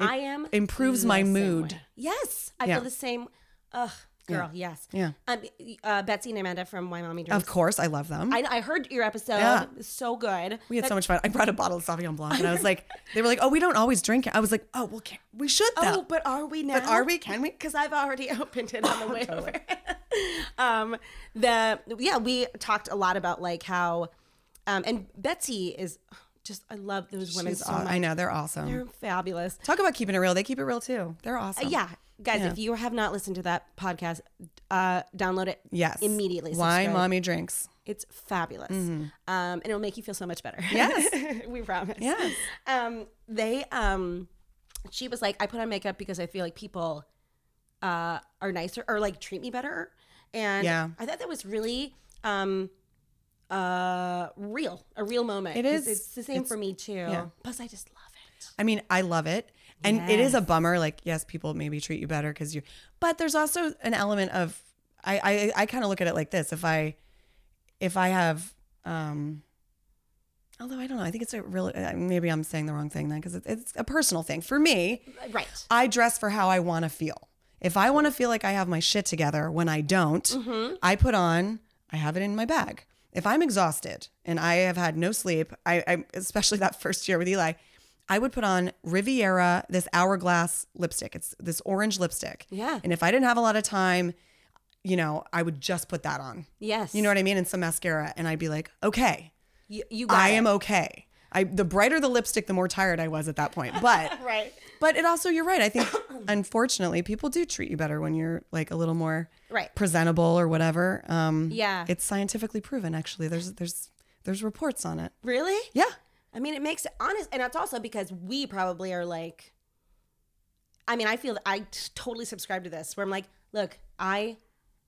I am Improves my the same mood. way. Yes, I Yeah. feel the same. Ugh, girl. Yes. Yeah. Um, uh, Betsy and Amanda from Why Mommy Drinks. Of course, I love them. I, I heard your episode. Yeah. So good. we had so much fun. I brought a bottle of Sauvignon Blanc, and I was like, they were like, "Oh, we don't always drink it." I was like, "Oh, well, can, we should Oh, though." but are we now? But are we? Can we? Because I've already opened it on the way over. um, the yeah, we talked a lot about like how, um, and Betsy is just I love those women She's so aw- much. I know they're awesome. They're fabulous. Talk about keeping it real. They keep it real too. They're awesome. Yeah, guys, Yeah. if you have not listened to that podcast, uh, download it. Yes. immediately. Why subscribe. mommy drinks. It's fabulous. Um, and it'll make you feel so much better. Mm-hmm. Yes. we promise. Yes. Um, they, um, she was like, I put on makeup because I feel like people uh, are nicer or like treat me better. And Yeah. I thought that was really um, uh, real, a real moment. It 'Cause is. It's the same for me too. Plus, I just love it. I mean, I love it. And it is a bummer. Like, yes, people maybe treat you better because you, but there's also an element of, I, I, I kind of look at it like this. If I, if I have, um, although I don't know, I think it's a real, uh, maybe I'm saying the wrong thing then because it's, it's a personal thing. For me, Right. I dress for how I want to feel. If I want to feel like I have my shit together when I don't, Mm-hmm. I put on, I have it in my bag. If I'm exhausted and I have had no sleep, I, I especially that first year with Eli, I would put on Riviera this hourglass lipstick. It's this orange lipstick. Yeah. And if I didn't have a lot of time, you know, I would just put that on. Yes. You know what I mean? And some mascara and I'd be like, "Okay, You, you got I it. am okay." I the brighter the lipstick, the more tired I was at that point. But Right. but it also, you're right. I think, unfortunately, people do treat you better when you're like a little more Right. presentable or whatever. Um, Yeah. it's scientifically proven. Actually, there's there's there's reports on it. Really? Yeah, I mean, it makes it honest, and that's also because we probably are like. I mean, I feel that I t- totally subscribe to this, where I'm like, look, I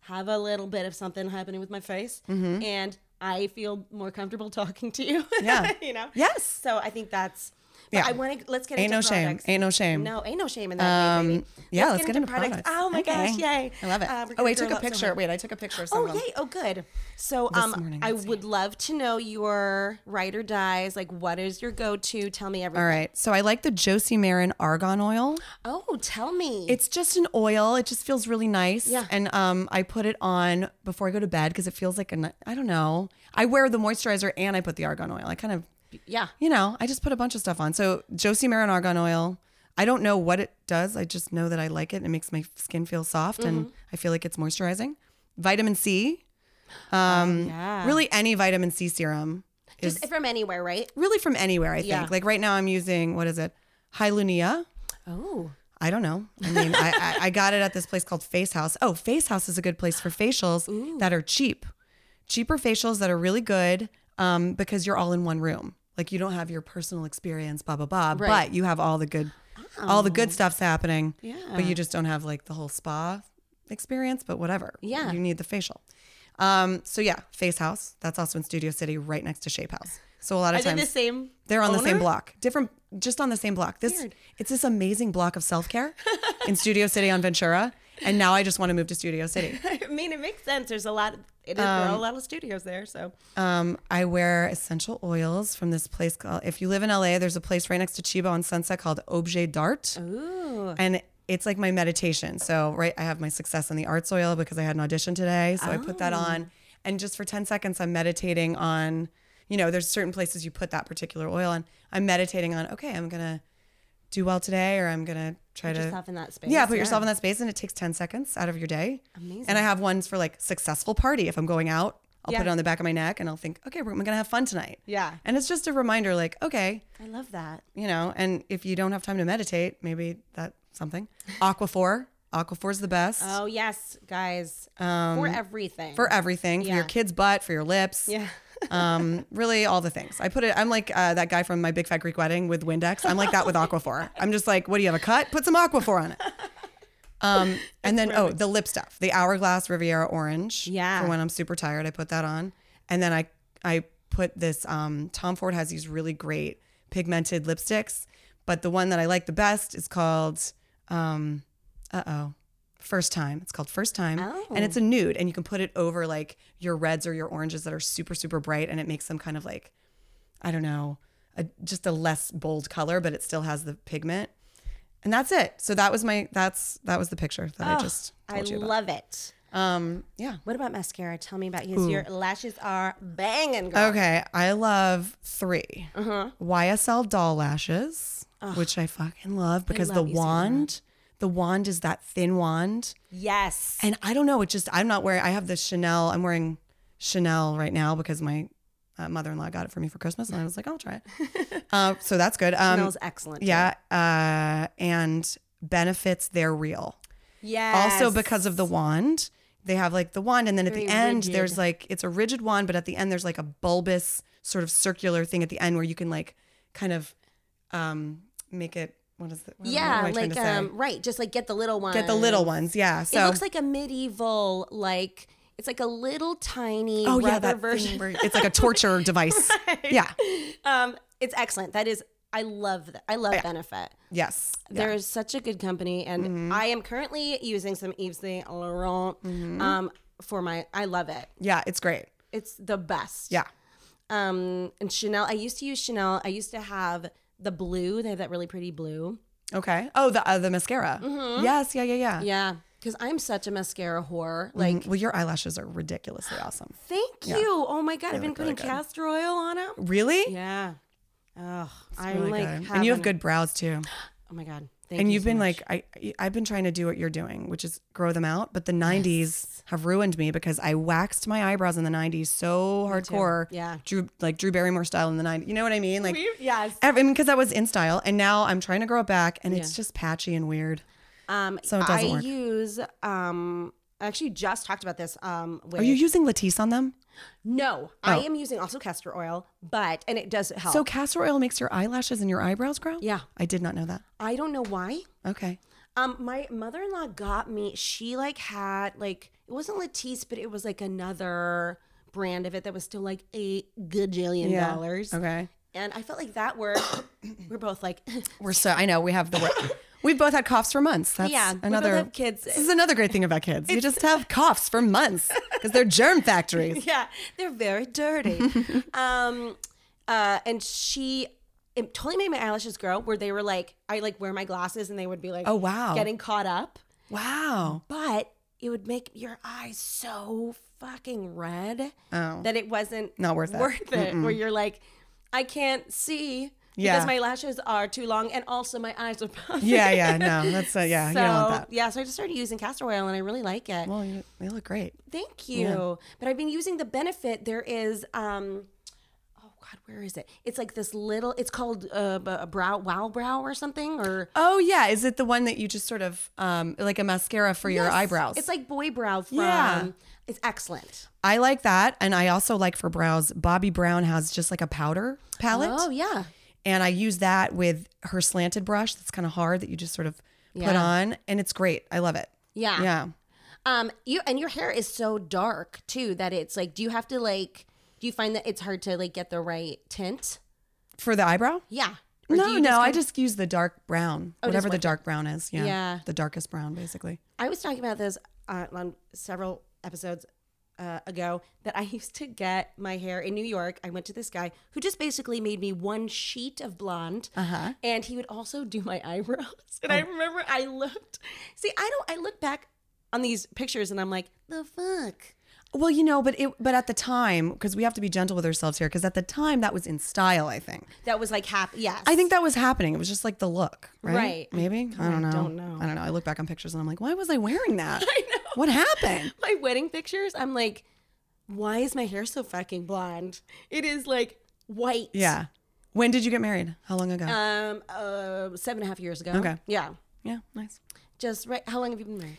have a little bit of something happening with my face, Mm-hmm. and I feel more comfortable talking to you. Yeah. you know. Yes. So I think that's. But Yeah. I want to let's get ain't no into shame. products. Ain't no shame. No, ain't no shame in that. way, Um, baby. yeah, let's, get into, products. products. Oh my gosh, Okay. yay! I love it. Uh, we're oh, gonna grow I took a up so picture. much. Wait, I took a picture of some Oh of them. yay! Oh good. So um, morning, I let's see. would love to know your ride or dies. Like, what is your go-to? Tell me everything. All right. So I like the Josie Marin argon oil. Oh, tell me. It's just an oil. It just feels really nice. Yeah. And um, I put it on before I go to bed because it feels like a, ni- I don't know. I wear the moisturizer and I put the argon oil. I kind of yeah. you know, I just put a bunch of stuff on. So Josie Marin argan oil. I don't know what it does. I just know that I like it. and It makes my skin feel soft Mm-hmm. and I feel like it's moisturizing. Vitamin C. Um, Oh, yeah. Really, any vitamin C serum is Just from anywhere, right? really from anywhere. I think. Yeah. Like right now, I'm using what is it? Hylunia. Oh. I don't know. I mean, I, I, I got it at this place called Face House. Oh, Face House is a good place for facials that are cheap, cheaper facials that are really good um, because you're all in one room. Like you don't have your personal experience, blah blah blah, Right. Oh. but you have all the good, all the good stuff's happening. Yeah. But you just don't have like the whole spa experience. But whatever. Yeah. You need the facial. Um. So yeah, Face House. That's also in Studio City, right next to Shape House. So a lot of Are they times the same? they're on the same owner? block, different, just on the same block. This Weird. it's this amazing block of self care in Studio City on Ventura, and now I just want to move to Studio City. I mean, it makes sense. There's a lot. It is, there are a lot of studios there, so Um, I wear essential oils from this place called. If you live in LA, there's a place right next to Chiba on Sunset called Objet d'Art, ooh, and it's like my meditation. So right, I have my success in the arts oil because I had an audition today, so I put that on, and just for ten seconds, I'm meditating on. You know, there's certain places you put that particular oil, and I'm meditating on. Okay, I'm gonna do well today, or I'm gonna try to yourself in that space. Yeah, put yourself in that space, and it takes ten seconds out of your day. Amazing. And I have ones for like successful party. If I'm going out, I'll Yeah. put it on the back of my neck, and I'll think, okay, we're, I'm gonna have fun tonight. Yeah. and it's just a reminder, like, okay, I love that. you know. And if you don't have time to meditate, maybe that's something. Aquaphor, Aquaphor's the best Oh yes, guys, for everything. Um, for everything, for Yeah. your kid's butt, for your lips. yeah. um, really all the things. I put it. I'm like uh, that guy from my Big Fat Greek Wedding with Windex. I'm like that with Aquaphor. I'm just like, what do you have a cut? Put some Aquaphor on it. Um, and then oh, the lip stuff, the Hourglass Riviera Orange. Yeah. For when I'm super tired, I put that on, and then I I put this. Um, Tom Ford has these really great pigmented lipsticks, but the one that I like the best is called. Um, uh oh. First time. It's called First Time. And Oh. it's a nude. And you can put it over like your reds or your oranges that are super, super bright. And it makes them kind of like, I don't know, a, just a less bold color, but it still has the pigment. And that's it. So that was my that's that was the picture that I just told Oh, I you about. love it. um yeah. What about mascara? Tell me about yours. Your lashes are banging, girl. Okay, I love 3 Uh-huh. YSL doll lashes, which I fucking love because love the you saying that. wand, the wand is that thin wand. Yes. And I don't know. It just I'm not wearing. I have the Chanel. I'm wearing Chanel right now because my uh, mother-in-law got it for me for Christmas, and I was like, I'll try it. uh, so that's good. Um, Smells excellent. yeah, uh, and benefits they're real. Yes. Also because of the wand, they have like the wand, and then at Very the end rigid. there's like it's a rigid wand, but at the end there's like a bulbous sort of circular thing at the end where you can like kind of um, make it. What is it? What am I- Yeah, what am I trying like to say? um, right, just like get the little one. Get the little ones, yeah. So It looks like a medieval, like it's like a little tiny Oh rubber yeah, that version. version. Where it's like a torture device. Yeah. Um, it's excellent. That is, I love that. I Oh, love Benefit. Yes. There is such a good company, and Mm-hmm. I am currently using some Yves Saint Laurent Mm-hmm. um, for my. I love it. Yeah, it's great. It's the best. Yeah. Um, and Chanel. I used to use Chanel. I used to have the blue. They have that really pretty blue. Okay. Oh, the uh, the mascara. Yes. Yeah. Yeah. Yeah. Mm-hmm. Mm, Yeah, because I'm such a mascara whore. Like, Well, your eyelashes are ridiculously awesome. thank you. Oh my god, I've been putting castor oil on them. Really? Yeah. Oh, I'm Really like, good. And you have having- good brows too. Oh my god. Thank And you. you've been like, I I've been trying to do what you're doing, which is grow them out. But the '90s have ruined me because I waxed my eyebrows in the '90s so hardcore. Yeah. Drew like Drew Barrymore style in the '90s. You know what I mean? Like, yes. ev- I mean, because that was in style, and now I'm trying to grow it back, and it's just patchy and weird. Um, So it doesn't I work. use um. I actually just talked about this. Um, with, Are you using Latisse on them? no, I am using also castor oil, but and it does help. So castor oil makes your eyelashes and your eyebrows grow? Yeah. I did not know that. I don't know why. Okay. Um, my mother-in-law got me. She like had like it wasn't Latisse, but it was like another brand of it that was still like a gajillion dollars. Okay. And I felt like that worked. we're both like, We're so I know we have the wor- We've both had coughs for months. That's yeah, another we both have kids. This is another great thing about kids. You just have coughs for months because they're germ factories. yeah, they're very dirty. um, uh, and she it totally made my eyelashes grow where they were like, I like wear my glasses and they would be like, Oh, wow. getting caught up. Wow. But it would make your eyes so fucking red Oh. that it wasn't Not worth it. Worth it. Where you're like, I can't see Yeah. because my lashes are too long and also my eyes are puffy. Yeah, yeah, no. That's uh, yeah, So you don't want that. yeah, so I just started using castor oil and I really like it. Well, you, they look great. Thank you. But I've been using the benefit. There is, um, oh God, where is it? It's like this little. It's called uh, b- a brow, wow brow, or something, or Oh yeah, is it the one that you just sort of um like a mascara for your eyebrows? It's like boy brow from. Yeah. It's excellent. I like that, and I also like for brows. Bobby Brown has just like a powder palette. Oh yeah. and I use that with her slanted brush that's kind of hard that you just sort of put Yeah. Ah. on and it's great. I love it. Yeah. Yeah. Um, you and your hair is so dark too that it's like. Do you have to like? Do you find that it's hard to like get the right tint? For the eyebrow? Yeah. Or do No, you no, just Oh, I just use the dark brown, whatever the dark brown is. Yeah. Yeah. The darkest brown, basically. I was talking about this uh, on several episodes uh, ago that I used to get my hair in New York. I went to this guy who just basically made me one sheet of blonde, uh-huh. and he would also do my eyebrows. And I Oh. remember I looked. See, I don't. I look back on these pictures and I'm like, the fuck. Well, you know, but it, but at the time, because we have to be gentle with ourselves here, because at the time that was in style, I think. That was like happy. Yes, I think that was happening. It was just like the look, right? Right. Maybe I don't know. don't know. I don't know. I look back on pictures and I'm like, why was I wearing that? I know. What happened? my wedding pictures. I'm like, why is my hair so fucking blonde? It is like white. Yeah. When did you get married? How long ago? Um. Uh. Seven and a half years ago. Okay. Yeah. yeah. Nice. Just right. How long have you been married?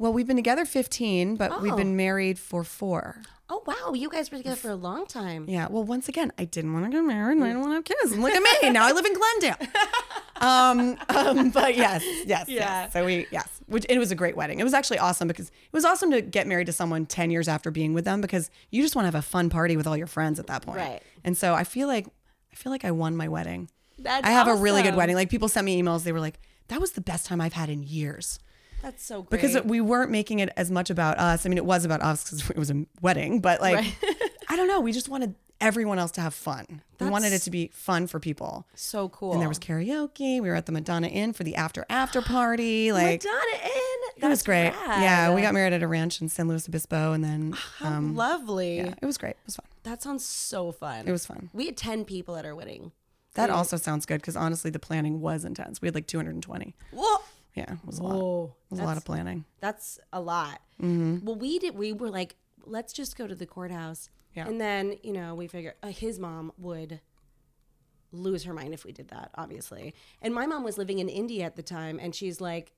Well, we've been together 15, but we've been married for four. Oh wow, you guys were together for a long time. Yeah. Well, once again, I didn't want to get married Mm. and I didn't want to have kids. And look at me. Now I live in Glendale. Um, um, but yes, yes, Yeah. yes. So we, yes, which it was a great wedding. It was actually awesome because it was awesome to get married to someone 10 years after being with them because you just want to have a fun party with all your friends at that point. Right. And so I feel like, I feel like I won my wedding. That's I have a really good awesome. wedding. Like people sent me emails. They were like, that was the best time I've had in years. That's so great. because we weren't making it as much about us. I mean, it was about us because it was a wedding, but like, I don't know. We just wanted everyone else to have fun. we wanted it to be fun for people. So cool. And there was karaoke. We were at the Madonna Inn for the after after party. Like Madonna in. it was great. Yeah, we got married at a ranch in San Luis Obispo, and then How lovely. yeah, it was great. It was fun. That sounds so fun. It was fun. We had ten people at our wedding. That also sounds good because honestly, the planning was intense. We had like 220. Whoa. Yeah, it was a lot. It Whoa. was a lot Mm-hmm. of planning. That's a lot. Well, we did. We were like, let's just go to the courthouse. Yeah. And then you know we figured uh, his mom would lose her mind if we did that, obviously. And my mom was living in India at the time, and she's like,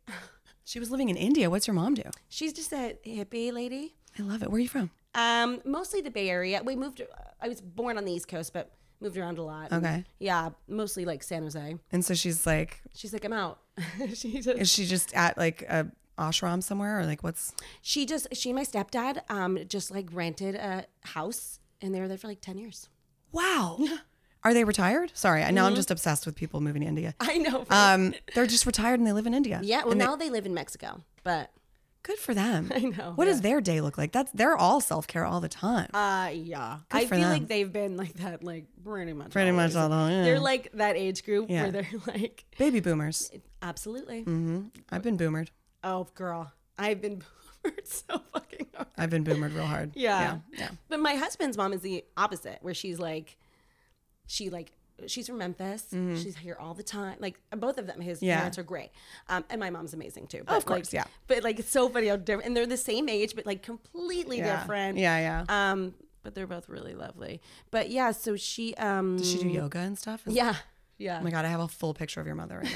She was living in India. What's your mom do? she's just a hippie lady. I love it. Where are you from? Um, mostly the Bay Area. We moved. uh, I was born on the East Coast, but moved around a lot. And, Okay. Yeah, mostly like San Jose. And so she's like, She's like, I'm out. she just, is she just at like a ashram somewhere or like what's? she just, she and my stepdad, um, just like rented a house, and they were there for like ten years. Wow. Are they retired? Sorry, I know Mm-hmm. I'm just obsessed with people moving to India. I know. Um, they're just retired and they live in India. yeah. Well, And they- now they, live in Mexico, but good for them. I know, What does their day look like? That's they're all self care all the time. uh, yeah. I for feel them. like they've been like that, like pretty much. Pretty much always. all the yeah. They're like that age group Yeah. Mm. where they're like, baby boomers. absolutely. I've been boomered. Oh, girl, I've been boomered so fucking hard. I've been boomered real hard. Yeah. yeah. yeah. But my husband's mom is the opposite, where she's like, she like, she's from Memphis. She's here all the time. Like both of them, his Mm-hmm. Yeah. parents are great, um, and my mom's amazing too. But, of like, course, yeah. But like, it's so funny how different, and they're the same age, but like completely Yeah. different. Yeah, yeah. Um, but they're both really lovely. But yeah, so she, um, Does she do yoga and stuff? Is- yeah, yeah, Oh my god, I have a full picture of your mother right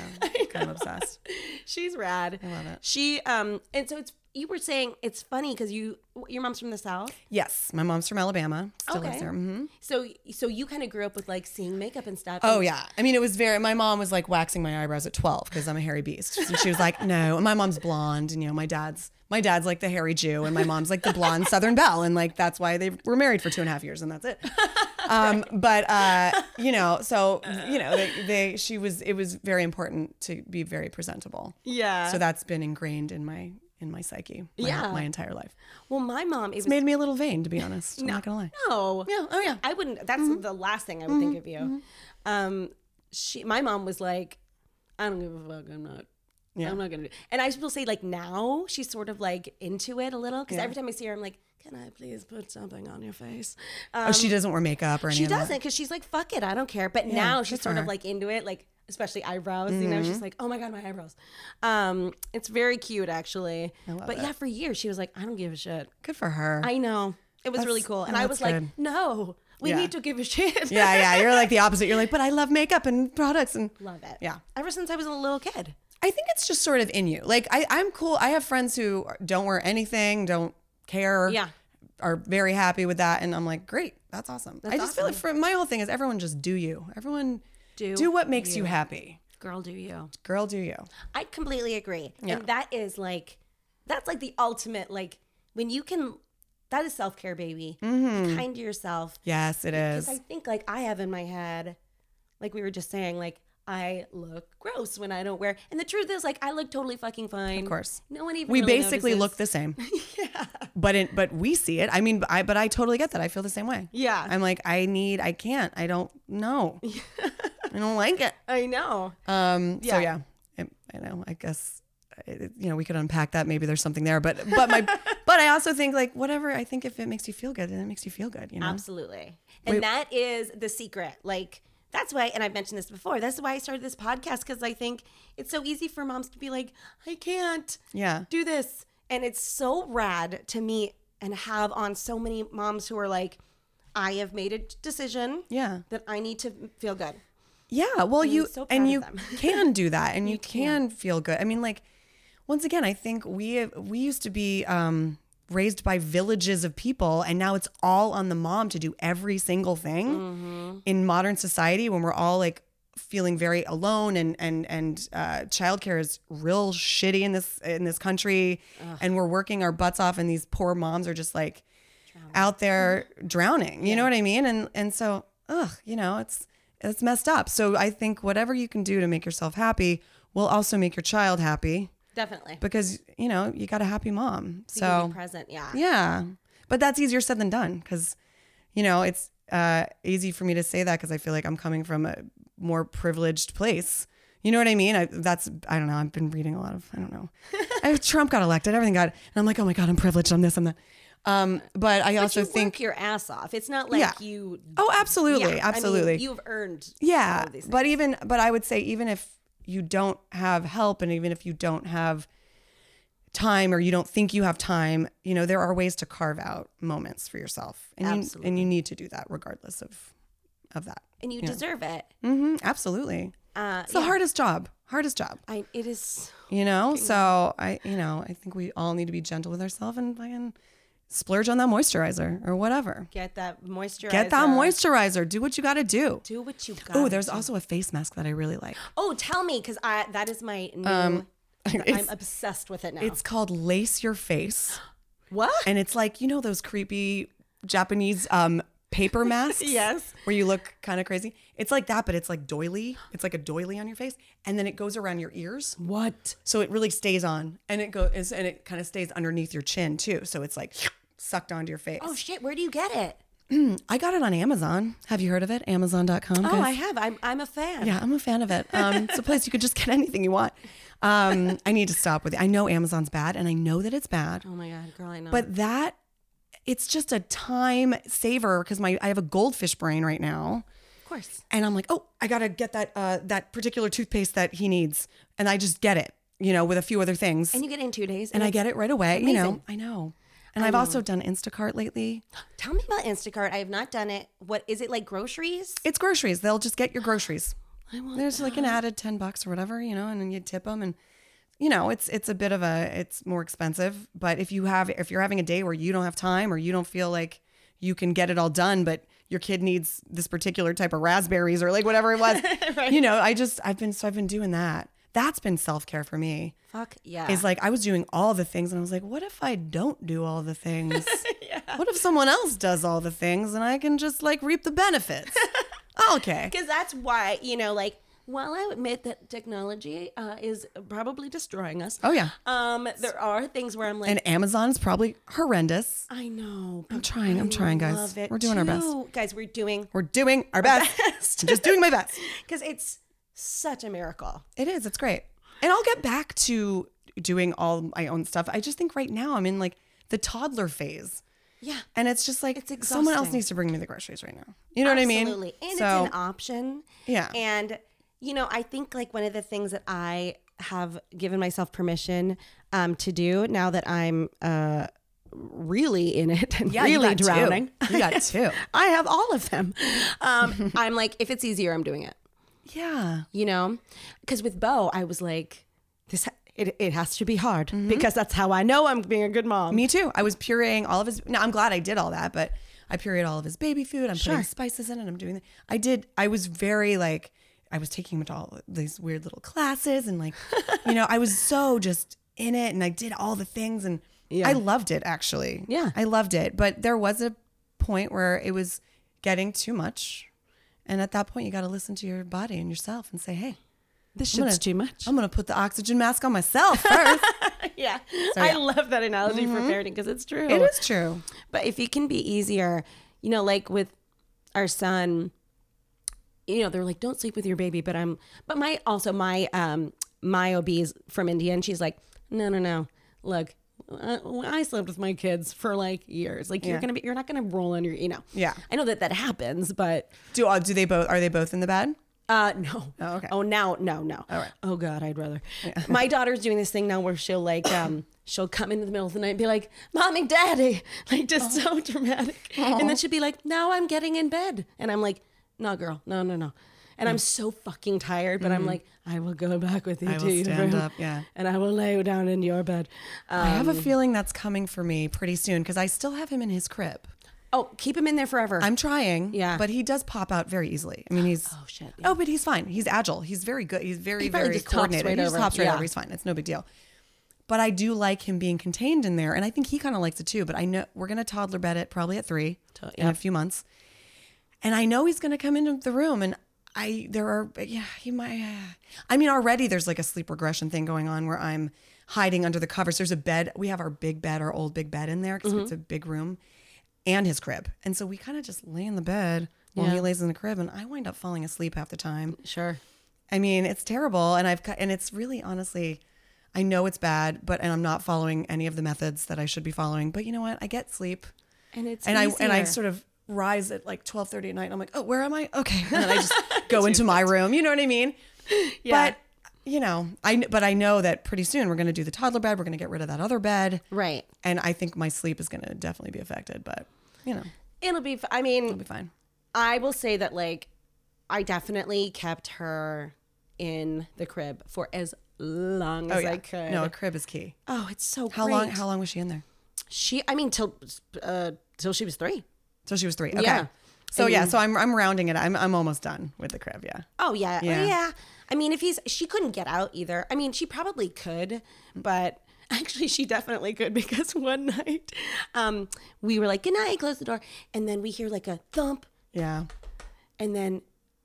now. I'm obsessed. she's rad. I love it. She, um, and so it's you were saying it's funny because you your mom's from the south. Yes, my mom's from Alabama. Still lives Okay. there. hmm So so you kind of grew up with like seeing makeup and stuff. Oh yeah. I mean, it was very. My mom was like waxing my eyebrows at twelve because I'm a hairy beast, and she was like, "No." And my mom's blonde, and you know, my dad's my dad's like the hairy Jew, and my mom's like the blonde Southern belle, and like that's why they were married for two and a half years, and that's it. Um, but uh, you know, so you know, they, they she was. It was very important to be very presentable. Yeah. So that's been ingrained in my in my psyche. my- Yeah. My entire life. Well, my mom, it was Made me a little vain, to be honest. I'm not gonna lie. no. Yeah. Oh yeah. I wouldn't. That's Mm-hmm. the last thing I would think of you. Um, she, my mom was like, I don't give a fuck. I'm not. Yeah. I'm not gonna do. And I will say like now she's sort of like into it a little because every time I see her, I'm like, can I please put something on your face? Um, Oh, she doesn't wear makeup or anything. she doesn't because she's like, fuck it, I don't care. But now she's sort good for of her. Mm-hmm. like into it, like especially eyebrows. You know, she's like, oh my god, my eyebrows. Um, it's very cute actually. love but it. yeah, for years she was like, I don't give a shit. Good for her. I know. It was really That's- cool. And oh, I that's was like, good. no, we Yeah. need to give a shit. yeah, yeah. You're like the opposite. You're like, but I love makeup and products and Love it. Yeah. Ever since I was a little kid. I think it's just sort of in you. Like I, I'm cool. I have friends who don't wear anything, don't care. Yeah. Are very happy with that. And I'm like, great, that's awesome. I just feel like for my whole thing is everyone just do you. Everyone Do do what makes you happy. Girl, do you? Girl, do you. I completely agree. And that is like, that's like the ultimate, like, when you can, that is self care, baby. Mm-hmm. Be kind to yourself. Yes, it is. I think, like, I have in my head, like we were just saying, like, I look gross when I don't wear. And the truth is, like, I look totally fucking fine. Of course. No one even we really basically notices. look the same. But in, but we see it. I mean, I but I totally get that. I feel the same way. Yeah. I'm like, I need. I can't. I don't know. I don't like it. I know. Um, So Yeah. yeah, I, I know. I guess it, you know we could unpack that. Maybe there's something there. But but my but I also think like whatever. I think if it makes you feel good, then it makes you feel good. You know. Absolutely. And that is the secret. Like, that's why, and I've mentioned this before, that's why I started this podcast because I think it's so easy for moms to be like, I can't Yeah. do this. And it's so rad to meet and have on so many moms who are like, I have made a decision Yeah. that I need to feel good. Yeah. Well, you so proud and of you them. can do that, and you, can. feel good. I mean, like once again, I think we we used to be um, raised by villages of people, and now it's all on the mom to do every single thing Mm-hmm. in modern society when we're all like feeling very alone and and and uh, childcare is real shitty in this in this country, and we're working our butts off, and these poor moms are just like out there drowning. You know what I mean? And and so, ugh, you know, it's it's messed up. So I think whatever you can do to make yourself happy will also make your child happy Definitely. because you know you got a happy mom. Being So present. Yeah. yeah, but that's easier said than done because you know it's uh, easy for me to say that because I feel like I'm coming from a more privileged place. You know what I mean? I, that's I don't know. I've been reading a lot of I don't know. I, Trump got elected, everything got, and I'm like, oh my god, I'm privileged on this, on that. Um, but I also you think work your ass off. It's not like Yeah. you. Oh, absolutely, Yeah, I mean, absolutely. you've earned. yeah, all these but even but I would say even if you don't have help, and even if you don't have time, or you don't think you have time, you know there are ways to carve out moments for yourself, and you, and you need to do that regardless of of that. and you deserve it. hmm absolutely, Uh, it's the hardest job, hardest job. I, it is. You know, so I, you know, I think we all need to be gentle with ourselves and fucking splurge on that moisturizer or whatever. Get that moisturizer. Get that moisturizer. Do what you got to do. Do what you got. Oh, there's also a face mask that I really like. Oh, tell me, because I that is my new. I'm Um, It's, obsessed with it now. it's called Lace Your Face, what? and it's like you know those creepy Japanese um paper masks. Yes. where you look kind of crazy. It's like that, but it's like doily. It's like a doily on your face, and then it goes around your ears. What? so it really stays on and it goes and it kind of stays underneath your chin too so it's like sucked onto your face Oh shit! Where do you get it? i got it on amazon have you heard of it amazon.com Oh, guys? I have. I'm I'm a fan. yeah i'm a fan of it um, it's a place you could just get anything you want um, i need to stop with it i know amazon's bad and i know that it's bad Oh my god, girl, I know. but that it's just a time saver because my i have a goldfish brain right now of course, and I'm like, oh, I gotta get that uh, that particular toothpaste that he needs, and I just get it, you know, with a few other things. and you get it in two days. and I it's- get it right away. You know, I know. And I've also done Instacart lately. Tell me about Instacart. I have not done it. What is it like? Groceries? It's groceries. They'll just get your groceries. There's like an added ten bucks or whatever, you know, and then you tip them, and you know, it's it's a bit of a it's more expensive. But if you have if you're having a day where you don't have time or you don't feel like you can get it all done, but your kid needs this particular type of raspberries or like whatever it was, you know, I just I've been so I've been doing that. That's been self care for me. Fuck yeah. is like I was doing all the things and I was like, what if I don't do all the things? What if someone else does all the things and I can just like reap the benefits? okay. because that's why you know like while i admit that technology uh, is probably destroying us Oh yeah. um there are things where i'm like And Amazon's probably horrendous. i know I'm trying, I'm trying, guys. We're doing our best. guys we're doing We're doing our best. I'm just doing my best. because it's such a miracle It is. It's great. And I'll get back to doing all my own stuff. I just think right now I'm in like the toddler phase. yeah And it's just like It's someone else exhausting. needs to bring me the groceries right now. You know what I mean? Absolutely. And So- it's an option. Yeah. And, you know, I think like one of the things that I have given myself permission um, to do now that I'm uh, really in it and you really got two. drowning. You got two. I have all of them. Um, I'm like, if it's easier, I'm doing it, yeah. you know? Because with Bo, I was like, this. It, it has to be hard because that's how I know I'm being a good mom. Mm-hmm. Me too. I was pureeing all of his. Now I'm glad I did all that, but I pureed all of his baby food. I'm putting spices in it. I'm doing that. I did. I was very like I was taking him to all these weird little classes and like, you know, I was so just in it, and I did all the things, and I loved it actually. Yeah. I loved it. But there was a point where it was getting too much, and at that point, you got to listen to your body and yourself and say, hey. This shit's I'm gonna- too much. I'm gonna put the oxygen mask on myself first. yeah. yeah. I love that analogy for parenting because it's true. it is true. But if it can be easier, you know, like with our son, you know, they're like, don't sleep with your baby. But I'm, but my, also my, um, my OB is from India and she's like, no, no, no. Look, I, I slept with my kids for like years. Like you're going to be, you're not going to roll on your, you know. Yeah. I know that that happens, but, Do all do they both are they both in the bed? uh, no. Oh, okay. Oh, now, no, no. All right. Oh God, I'd rather. My daughter's doing this thing now where she'll like, um, she'll come in the middle of the night and be like, "Mommy, Daddy," like just Oh. so dramatic, and then she'll be like, "Now I'm getting in bed," and I'm like, "No, girl, no, no, no." And I'm so fucking tired, but I'm like, I will go back with you Mm. I to will your stand room, up, yeah. and I will lay down in your bed. I Uh, have a feeling that's coming for me pretty soon because I still have him in his crib. oh, keep him in there forever. I'm trying, Yeah. but he does pop out very easily. I mean, he's oh shit, oh, but he's fine. He's agile. He's very good. He's very probably very just hops coordinated. right he just over. hops right Yeah. over. He's fine. It's no big deal. But I do like him being contained in there, and I think he kind of likes it too. But I know we're gonna toddler bed it probably at three in a few months, and I know he's gonna come into the room, and I there are yeah he might. I mean, already there's like a sleep regression thing going on where I'm Mm-hmm. hiding under the covers. There's a bed. We have our big bed, our old big bed in there because it's a big room, and his crib. And so we kind of just lay in the bed while Yeah. he lays in the crib, and I wind up falling asleep half the time. Sure. I mean, it's terrible, and I've cut, and it's really honestly, I know it's bad, but and I'm not following any of the methods that I should be following. But you know what? I get sleep, And it's and I and I easier. sort of rise at like 12:30 at night. And I'm like, oh, where am I? Okay, and then I just go into my room. You know what I mean? Yeah. But you know, I kn- but I know that pretty soon we're going to do the toddler bed. We're going to get rid of that other bed, right. and I think my sleep is going to definitely be affected. But you know, It'll be. f- I mean, it'll be fine. I will say that like I definitely kept her in the crib for as long as I could. Oh, No, a crib is key. Oh, it's so How great. long? How long was she in there? She. I mean, till uh, till she was three. So she was three. Okay. Yeah. So yeah, so I'm I'm rounding it. I'm I'm almost done with the crib. Yeah. Oh yeah. Oh, Yeah. yeah. I mean, if he's she couldn't get out either. I mean, she probably could, but actually she definitely could because one night um we were like, "Good night," close the door, and then we hear like a thump Yeah. and then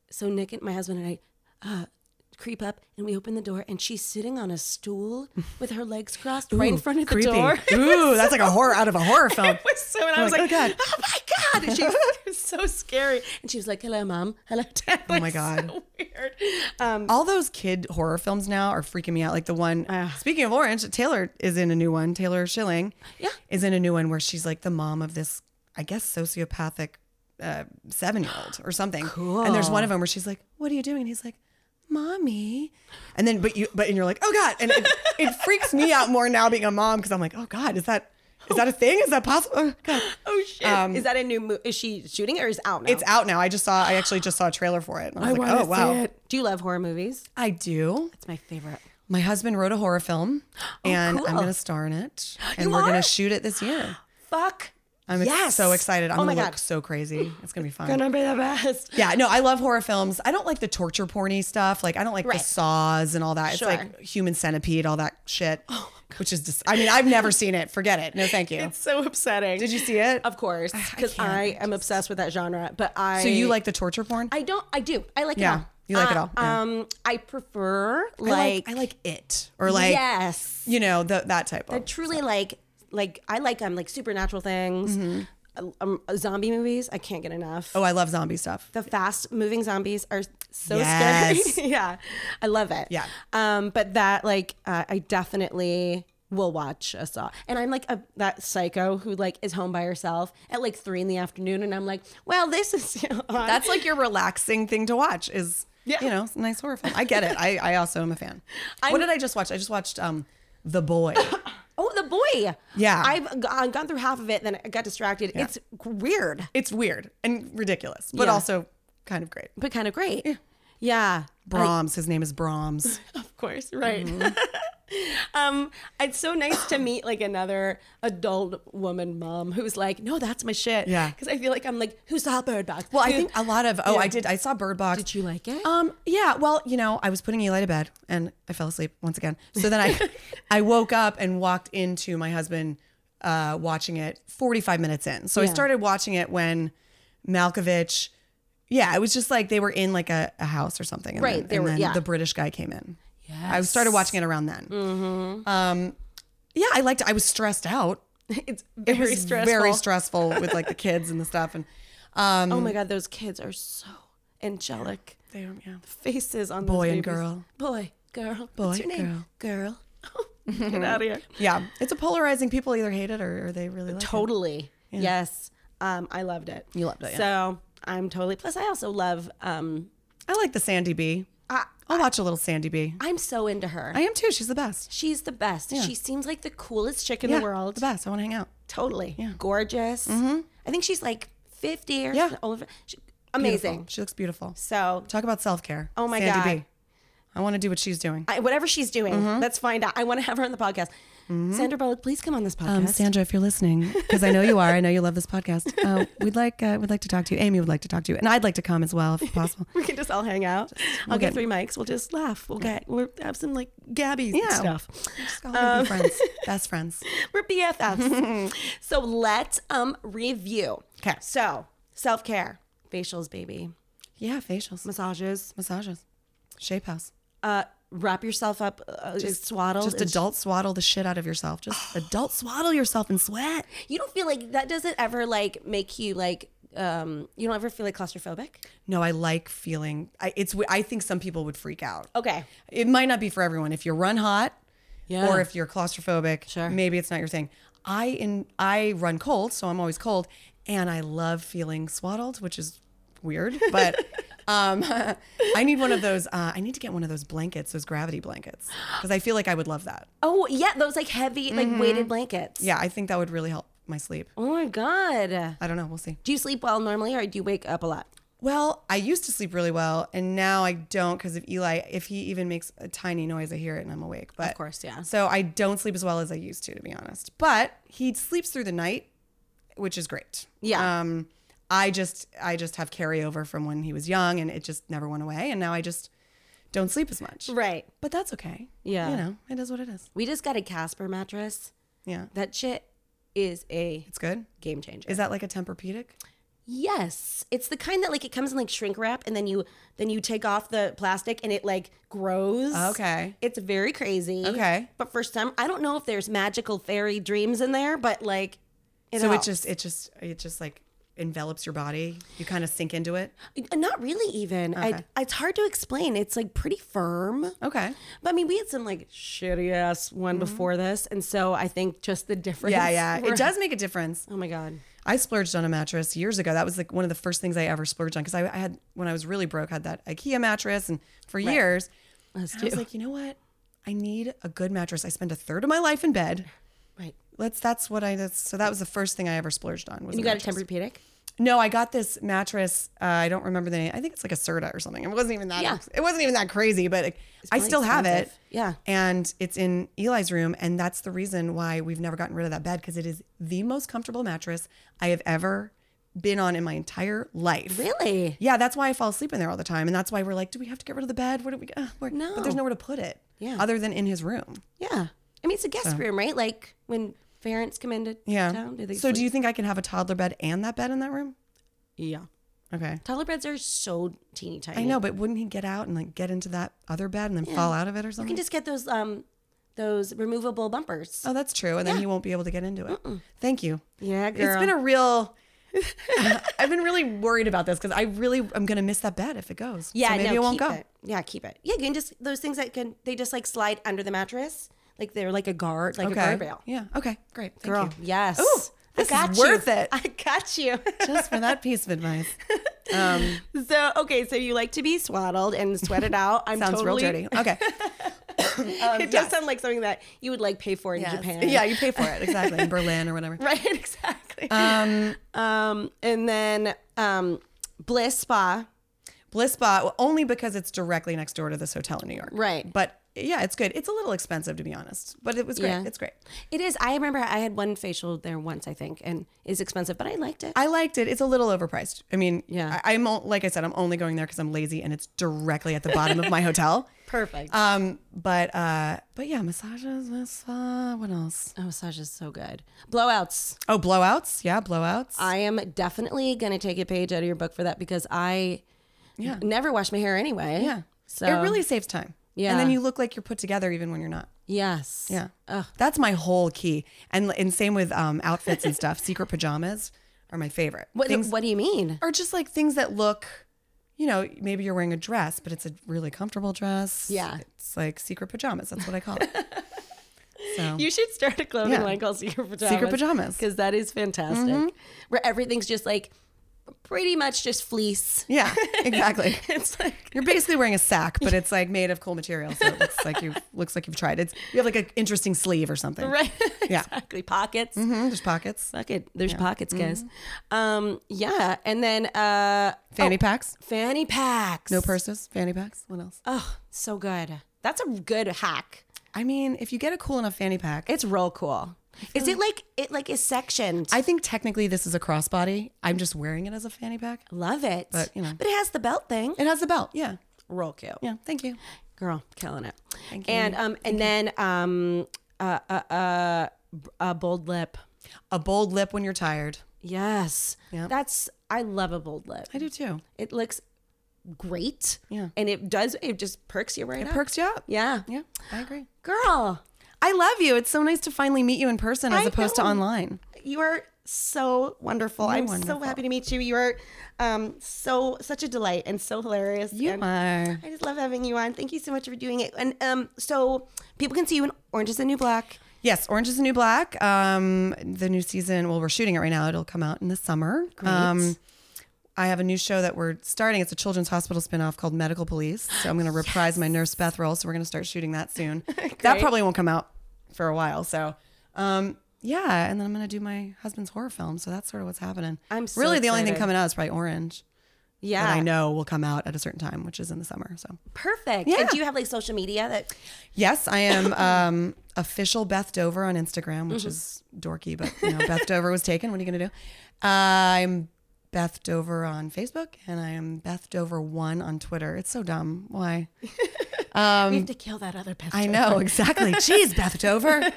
so Nick and my husband and I uh creep up and we open the door and she's sitting on a stool with her legs crossed right in Ooh, front of the creepy. door. Ooh, that's like a horror out of a horror film. It was so, and I was like, like, "Oh, God." oh, my God. And she it was so scary. And she was like, hello, mom. Hello, dad. Oh, my It's God. So weird. Um, All those kid horror films now are freaking me out. Like the one. speaking of Orange, Taylor is in a new one. Taylor Schilling. Yeah. Is in a new one where she's like the mom of this, I guess, sociopathic uh, seven-year-old or something. Cool. And there's one of them where she's like, "What are you doing?" And he's like. Mommy, and then but you but and you're like oh god, and it, it freaks me out more now being a mom because I'm like oh god is that is that a thing is that possible oh god oh, shit. is that a new movie? Is she shooting it or is it out now? It's out now. I just saw. I actually just saw a trailer for it. And I was like, oh wow, Do you love horror movies? I do. It's my favorite. My husband wrote a horror film, and I'm Oh, cool. going to star in it, and You we're going are? to shoot it this year. Fuck. I'm ex- yes. so excited. I'm oh my going to God. look so crazy. It's going to be fun. Gonna be the best. yeah, no, I love horror films. I don't like the torture porny stuff. Like I don't like the Right. saws and all that. Sure. Oh It's like human centipede, all that shit. which is just I mean, I've never seen it. Forget it. No, thank you. So upsetting. Did you see it? Of course, because can't. I, am obsessed with that genre. But I. So you like the torture porn? I don't. I do. I like Yeah, it all. you like it all, yeah. Um, I prefer I like. I like it or like yes. you know the, that type of. truly like like I like um like supernatural things, Mm-hmm. um, um, zombie movies. I can't get enough. Oh, I love zombie stuff. The fast moving zombies are so Yes. scary. yeah, I love it. Yeah. Um, but that like uh, I definitely will watch a saw, and I'm like a that psycho who like is home by herself at like three in the afternoon, and I'm like, well, this is on. That's like your relaxing thing to watch is Yeah. you know, it's a nice horror film. I get it. I, I also am a fan. what did I just watch? I just watched um The Boy. oh the boy. Yeah. I've g- I've gone through half of it, then I got distracted. It's weird, it's weird and ridiculous, but Yeah. also kind of great. but kind of great. Yeah. Yeah. Brahms, his name is Brahms. Of course, right. Mm-hmm. um, it's so nice to meet like another adult woman mom who's like, no, that's my shit. Yeah. Because I feel like I'm like, who saw Bird Box? Well, I Who- think a lot of oh, I did I saw Bird Box. Did you like it? Um, yeah. Well, you know, I was putting Eli to bed and I fell asleep once again. So then I, I woke up and walked into my husband uh, watching it 45 minutes in. So I started watching it when Malkovich. Yeah, it was just like they were in like a, a house or something. And Right, Then, they and were- then yeah. The British guy came in. Yeah. I started watching it around then. Mm-hmm. Um, yeah, I liked. I was stressed out. it's very It's stressful. Very stressful with like the kids and the stuff. And um, oh my God, those kids are so angelic. they, yeah. Faces on Boy those and babies. girl. Boy, girl. Boy, What's your name? Girl. Oh, Get out of here. Yeah, it's a polarizing. People either hate it or, or they really like it. Totally. Yes. Um, I loved it. You loved it, yeah. So I'm totally. Plus, I also love. Um, I like the Sandy B. I, I'll watch a little Sandy B. I'm so into her. I am too. She's the best. She's the best. She seems like the coolest chick in Yeah, the world. the best. I want to hang out. Totally. Gorgeous. I think she's like 50 or Yeah. over. She, Beautiful. amazing. She looks beautiful. So, Talk about self care. Oh my Sandy God. B. I want to do what she's doing. I, whatever she's doing, Mm-hmm. let's find out. I want to have her on the podcast. Sandra Bullock, please come on this podcast. Um, Sandra, if you're listening, because I know you are, I know you love this podcast. Uh, we'd like uh, we'd like to talk to you. Amy would like to talk to you, and I'd like to come as well if possible. we can just all hang out. I'll we'll get get- three mics. We'll just laugh. We'll get we'll have some like Gabby's Yeah. stuff. Just all gonna be friends, Um, best friends. We're BFFs. so let's um review. 'Kay. So self care, facials, baby, Yeah, facials, massages, massages, shape house. uh, wrap yourself up, uh, just swaddled. Just and adult swaddle the shit out of yourself. Just adult swaddle yourself and sweat. you don't feel like that doesn't ever like make you like um you don't ever feel like claustrophobic No, I like feeling. I, it's. I think some people would freak out. okay It might not be for everyone. If you run hot, Yeah. or if you're claustrophobic, sure. maybe it's not your thing. I in I run cold, so I'm always cold, and I love feeling swaddled, which is weird, but. Um, I need one of those. Uh, I need to get one of those blankets, those gravity blankets, because I feel like I would love that. oh yeah those like heavy like weighted blankets Yeah, I think that would really help my sleep. oh my god I don't know. We'll see. do you sleep well normally or do you wake up a lot Well, I used to sleep really well, and now I don't because of Eli. If he even makes a tiny noise, I hear it and I'm awake. But of course, yeah. So I don't sleep as well as I used to, to be honest. But he sleeps through the night, which is great. Yeah. Um, I just I just have carryover from when he was young, and it just never went away. And now I just don't sleep as much. right But that's okay. Yeah. You know, it is what it is. we just got a casper mattress Yeah. that shit is a It's good. game changer Is that like a Tempur-Pedic? yes it's the kind that like it comes in like shrink wrap and then you then you take off the plastic and it like grows Okay. it's very crazy Okay. but for some i don't know if there's magical fairy dreams in there but like it so helps. it just it just it just like envelops your body. You kind of sink into it. Not really, even. I, it's hard to explain. It's like pretty firm. Okay. But I mean, we had some like shitty ass one before this. And so I think just the difference. Mm-hmm. Yeah, yeah. It does make a difference. Oh my God. I splurged on a mattress years ago. That was like one of the first things I ever splurged on because I, I had when I was really broke had that IKEA mattress and for years. And I was like, you know what? I need a good mattress. I spend a third of my life in bed. Right. Let's. That's what I. That's, so that was the first thing I ever splurged on. Was You a got a mattress. Tempur-Pedic? No, I got this mattress. Uh, I don't remember the name. I think it's like a Serta or something. It wasn't even that. Yeah. It wasn't even that crazy, but like, I still have it. expensive. Yeah. And it's in Eli's room, and that's the reason why we've never gotten rid of that bed because it is the most comfortable mattress I have ever been on in my entire life. Really? Yeah, that's why I fall asleep in there all the time, and that's why we're like, do we have to get rid of the bed? What do we? Uh, where? No. But there's nowhere to put it. Yeah. Other than in his room. Yeah. I mean, it's a guest room, right? Like when parents come into Yeah. town, do they so do you think I can have a toddler bed and that bed in that room? yeah. Okay. Toddler beds are so teeny tiny. I know, but wouldn't he get out and like get into that other bed and then fall out of it or You can something? just get those, um, those removable bumpers. oh, that's true. And then he won't be able to get into it. Thank you. Yeah, It's been a real. I've been really worried about this because I really am going to miss that bed if it goes. yeah, so maybe no, it won't keep go. It. Yeah, keep it. Yeah, you can just those things that can they just like slide under the mattress, like they're like a guard, like a Okay. guardrail. Yeah. Okay. Great. Thank Girl, you. yes. Ooh, I this is got worth you. it. I got you. Just for that piece of advice. so okay, so you like to be swaddled and sweated out. I'm Sounds totally, real dirty. Okay. it does sound like something that you would like pay for in Japan. Yeah, you pay for it. Exactly. In Berlin or whatever. Right. Exactly. Um. And then um, Bliss Spa. Bliss Spa, well, only because it's directly next door to this hotel in New York. Right. But yeah, it's good. It's a little expensive to be honest, but it was great. Yeah. It's great. It is. I remember I had one facial there once, I think, and it's expensive, but I liked it. I liked it. It's a little overpriced. I mean, Yeah. I, I'm o- like I said, I'm only going there because I'm lazy and it's directly at the bottom of my hotel. Perfect. Um, but uh, but yeah, massages, massage. What else? oh, massage is so good. Blowouts. Oh, blowouts. Yeah, blowouts. I am definitely going to take a page out of your book for that because I Yeah. never wash my hair anyway. yeah. So it really saves time. Yeah. And then you look like you're put together even when you're not. yes. Yeah. That's my whole key. And and same with um outfits and stuff. Secret pajamas are my favorite. What, Things what do you mean? are just like things that look, you know, maybe you're wearing a dress, but it's a really comfortable dress. Yeah. It's like secret pajamas. That's what I call it. so You should start a clothing Yeah. line called Secret Pajamas. secret pajamas. Because that is fantastic. Where everything's just like pretty much just fleece. Yeah, exactly. It's like, You're basically wearing a sack, but it's like made of cool material, so it looks like you looks like you've tried. It's you have like an interesting sleeve or something. right? Yeah. exactly. Pockets. Mhm, There's pockets, Pocket. Mm-hmm. There's pockets, guys. Um, yeah. And then uh, fanny packs, fanny packs. no purses, fanny packs. What else? Oh, so good. That's a good hack. I mean, if you get a cool enough fanny pack, It's real cool. Is it like it like is sectioned? I think technically this is a crossbody. I'm just wearing it as a fanny pack. Love it. But, you know. it has the belt thing. It has a belt. Yeah, Real cute. yeah. Thank you. Girl, killing it. And um and then um uh uh uh b- a bold lip. A bold lip when you're tired. Yes. Yep. That's I love a bold lip. I do too. It looks great. Yeah. And it does, it just perks you right It up. perks you up. Yeah. Yeah, I agree. Girl, I love you. It's so nice to finally meet you in person as I opposed to know. online. You are so wonderful. I'm so wonderful. happy to meet you. You are um, so such a delight and so hilarious. You and are. I just love having you on. Thank you so much for doing it. And um, so people can see you in Orange is the New Black. Yes, Orange is the New Black. Um, the new season, well, we're shooting it right now. It'll come out in the summer. Um, I have a new show that we're starting. It's a children's hospital spinoff called Medical Police. So I'm going to reprise my Nurse Beth role. So we're going to start shooting that soon. that probably won't come out for a while. So, um, yeah. And then I'm going to do my husband's horror film. So that's sort of what's happening. I'm so really the only thing excited. Ah. coming out is probably Orange. yeah. That I know will come out at a certain time, which is in the summer. So Perfect. And do you have like social media that Yes, I am um, official Beth Dover on Instagram, which is dorky, but you know, Beth Dover was taken. What are you gonna do? Uh, I'm Beth Dover on Facebook, and I am Beth Dover one on Twitter. It's so dumb. Why? we have to kill that other pet? I know exactly. Jeez, Beth Dover.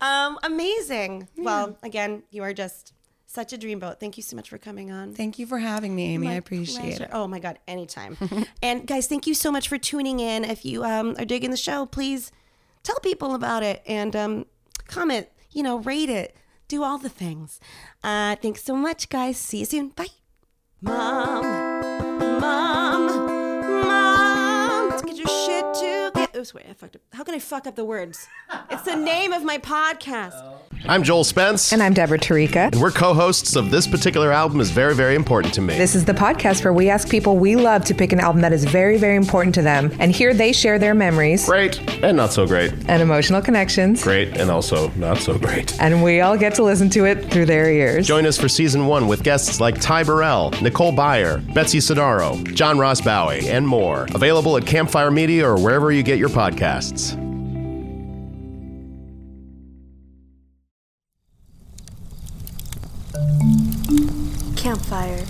Um, amazing. Well, again, you are just such a dreamboat. Thank you so much for coming on. Thank you for having me, Amy. I appreciate Pleasure. it. Oh my God, anytime. and guys, thank you so much for tuning in. If you um, are digging the show, please tell people about it and um, comment, you know, rate it, do all the things. Uh, thanks so much, guys. See you soon. Bye. Mom, mom, mom. Let's get your shit together. Oops, wait, I fucked up. How can I fuck up the words? It's the name of my podcast. I'm Joel Spence, And I'm Deborah Tarika. we're co hosts of This Particular Album is Very, Very Important to Me. This is the podcast where we ask people we love to pick an album that is very, very important to them. And here they share their memories great and not so great. and emotional connections. Great and also not so great. And we all get to listen to it through their ears. Join us for season one with guests like Ty Burrell, Nicole Byer, Betsy Sodaro, John Ross Bowie, and more. Available at Campfire Media or wherever you get your podcasts. Campfire.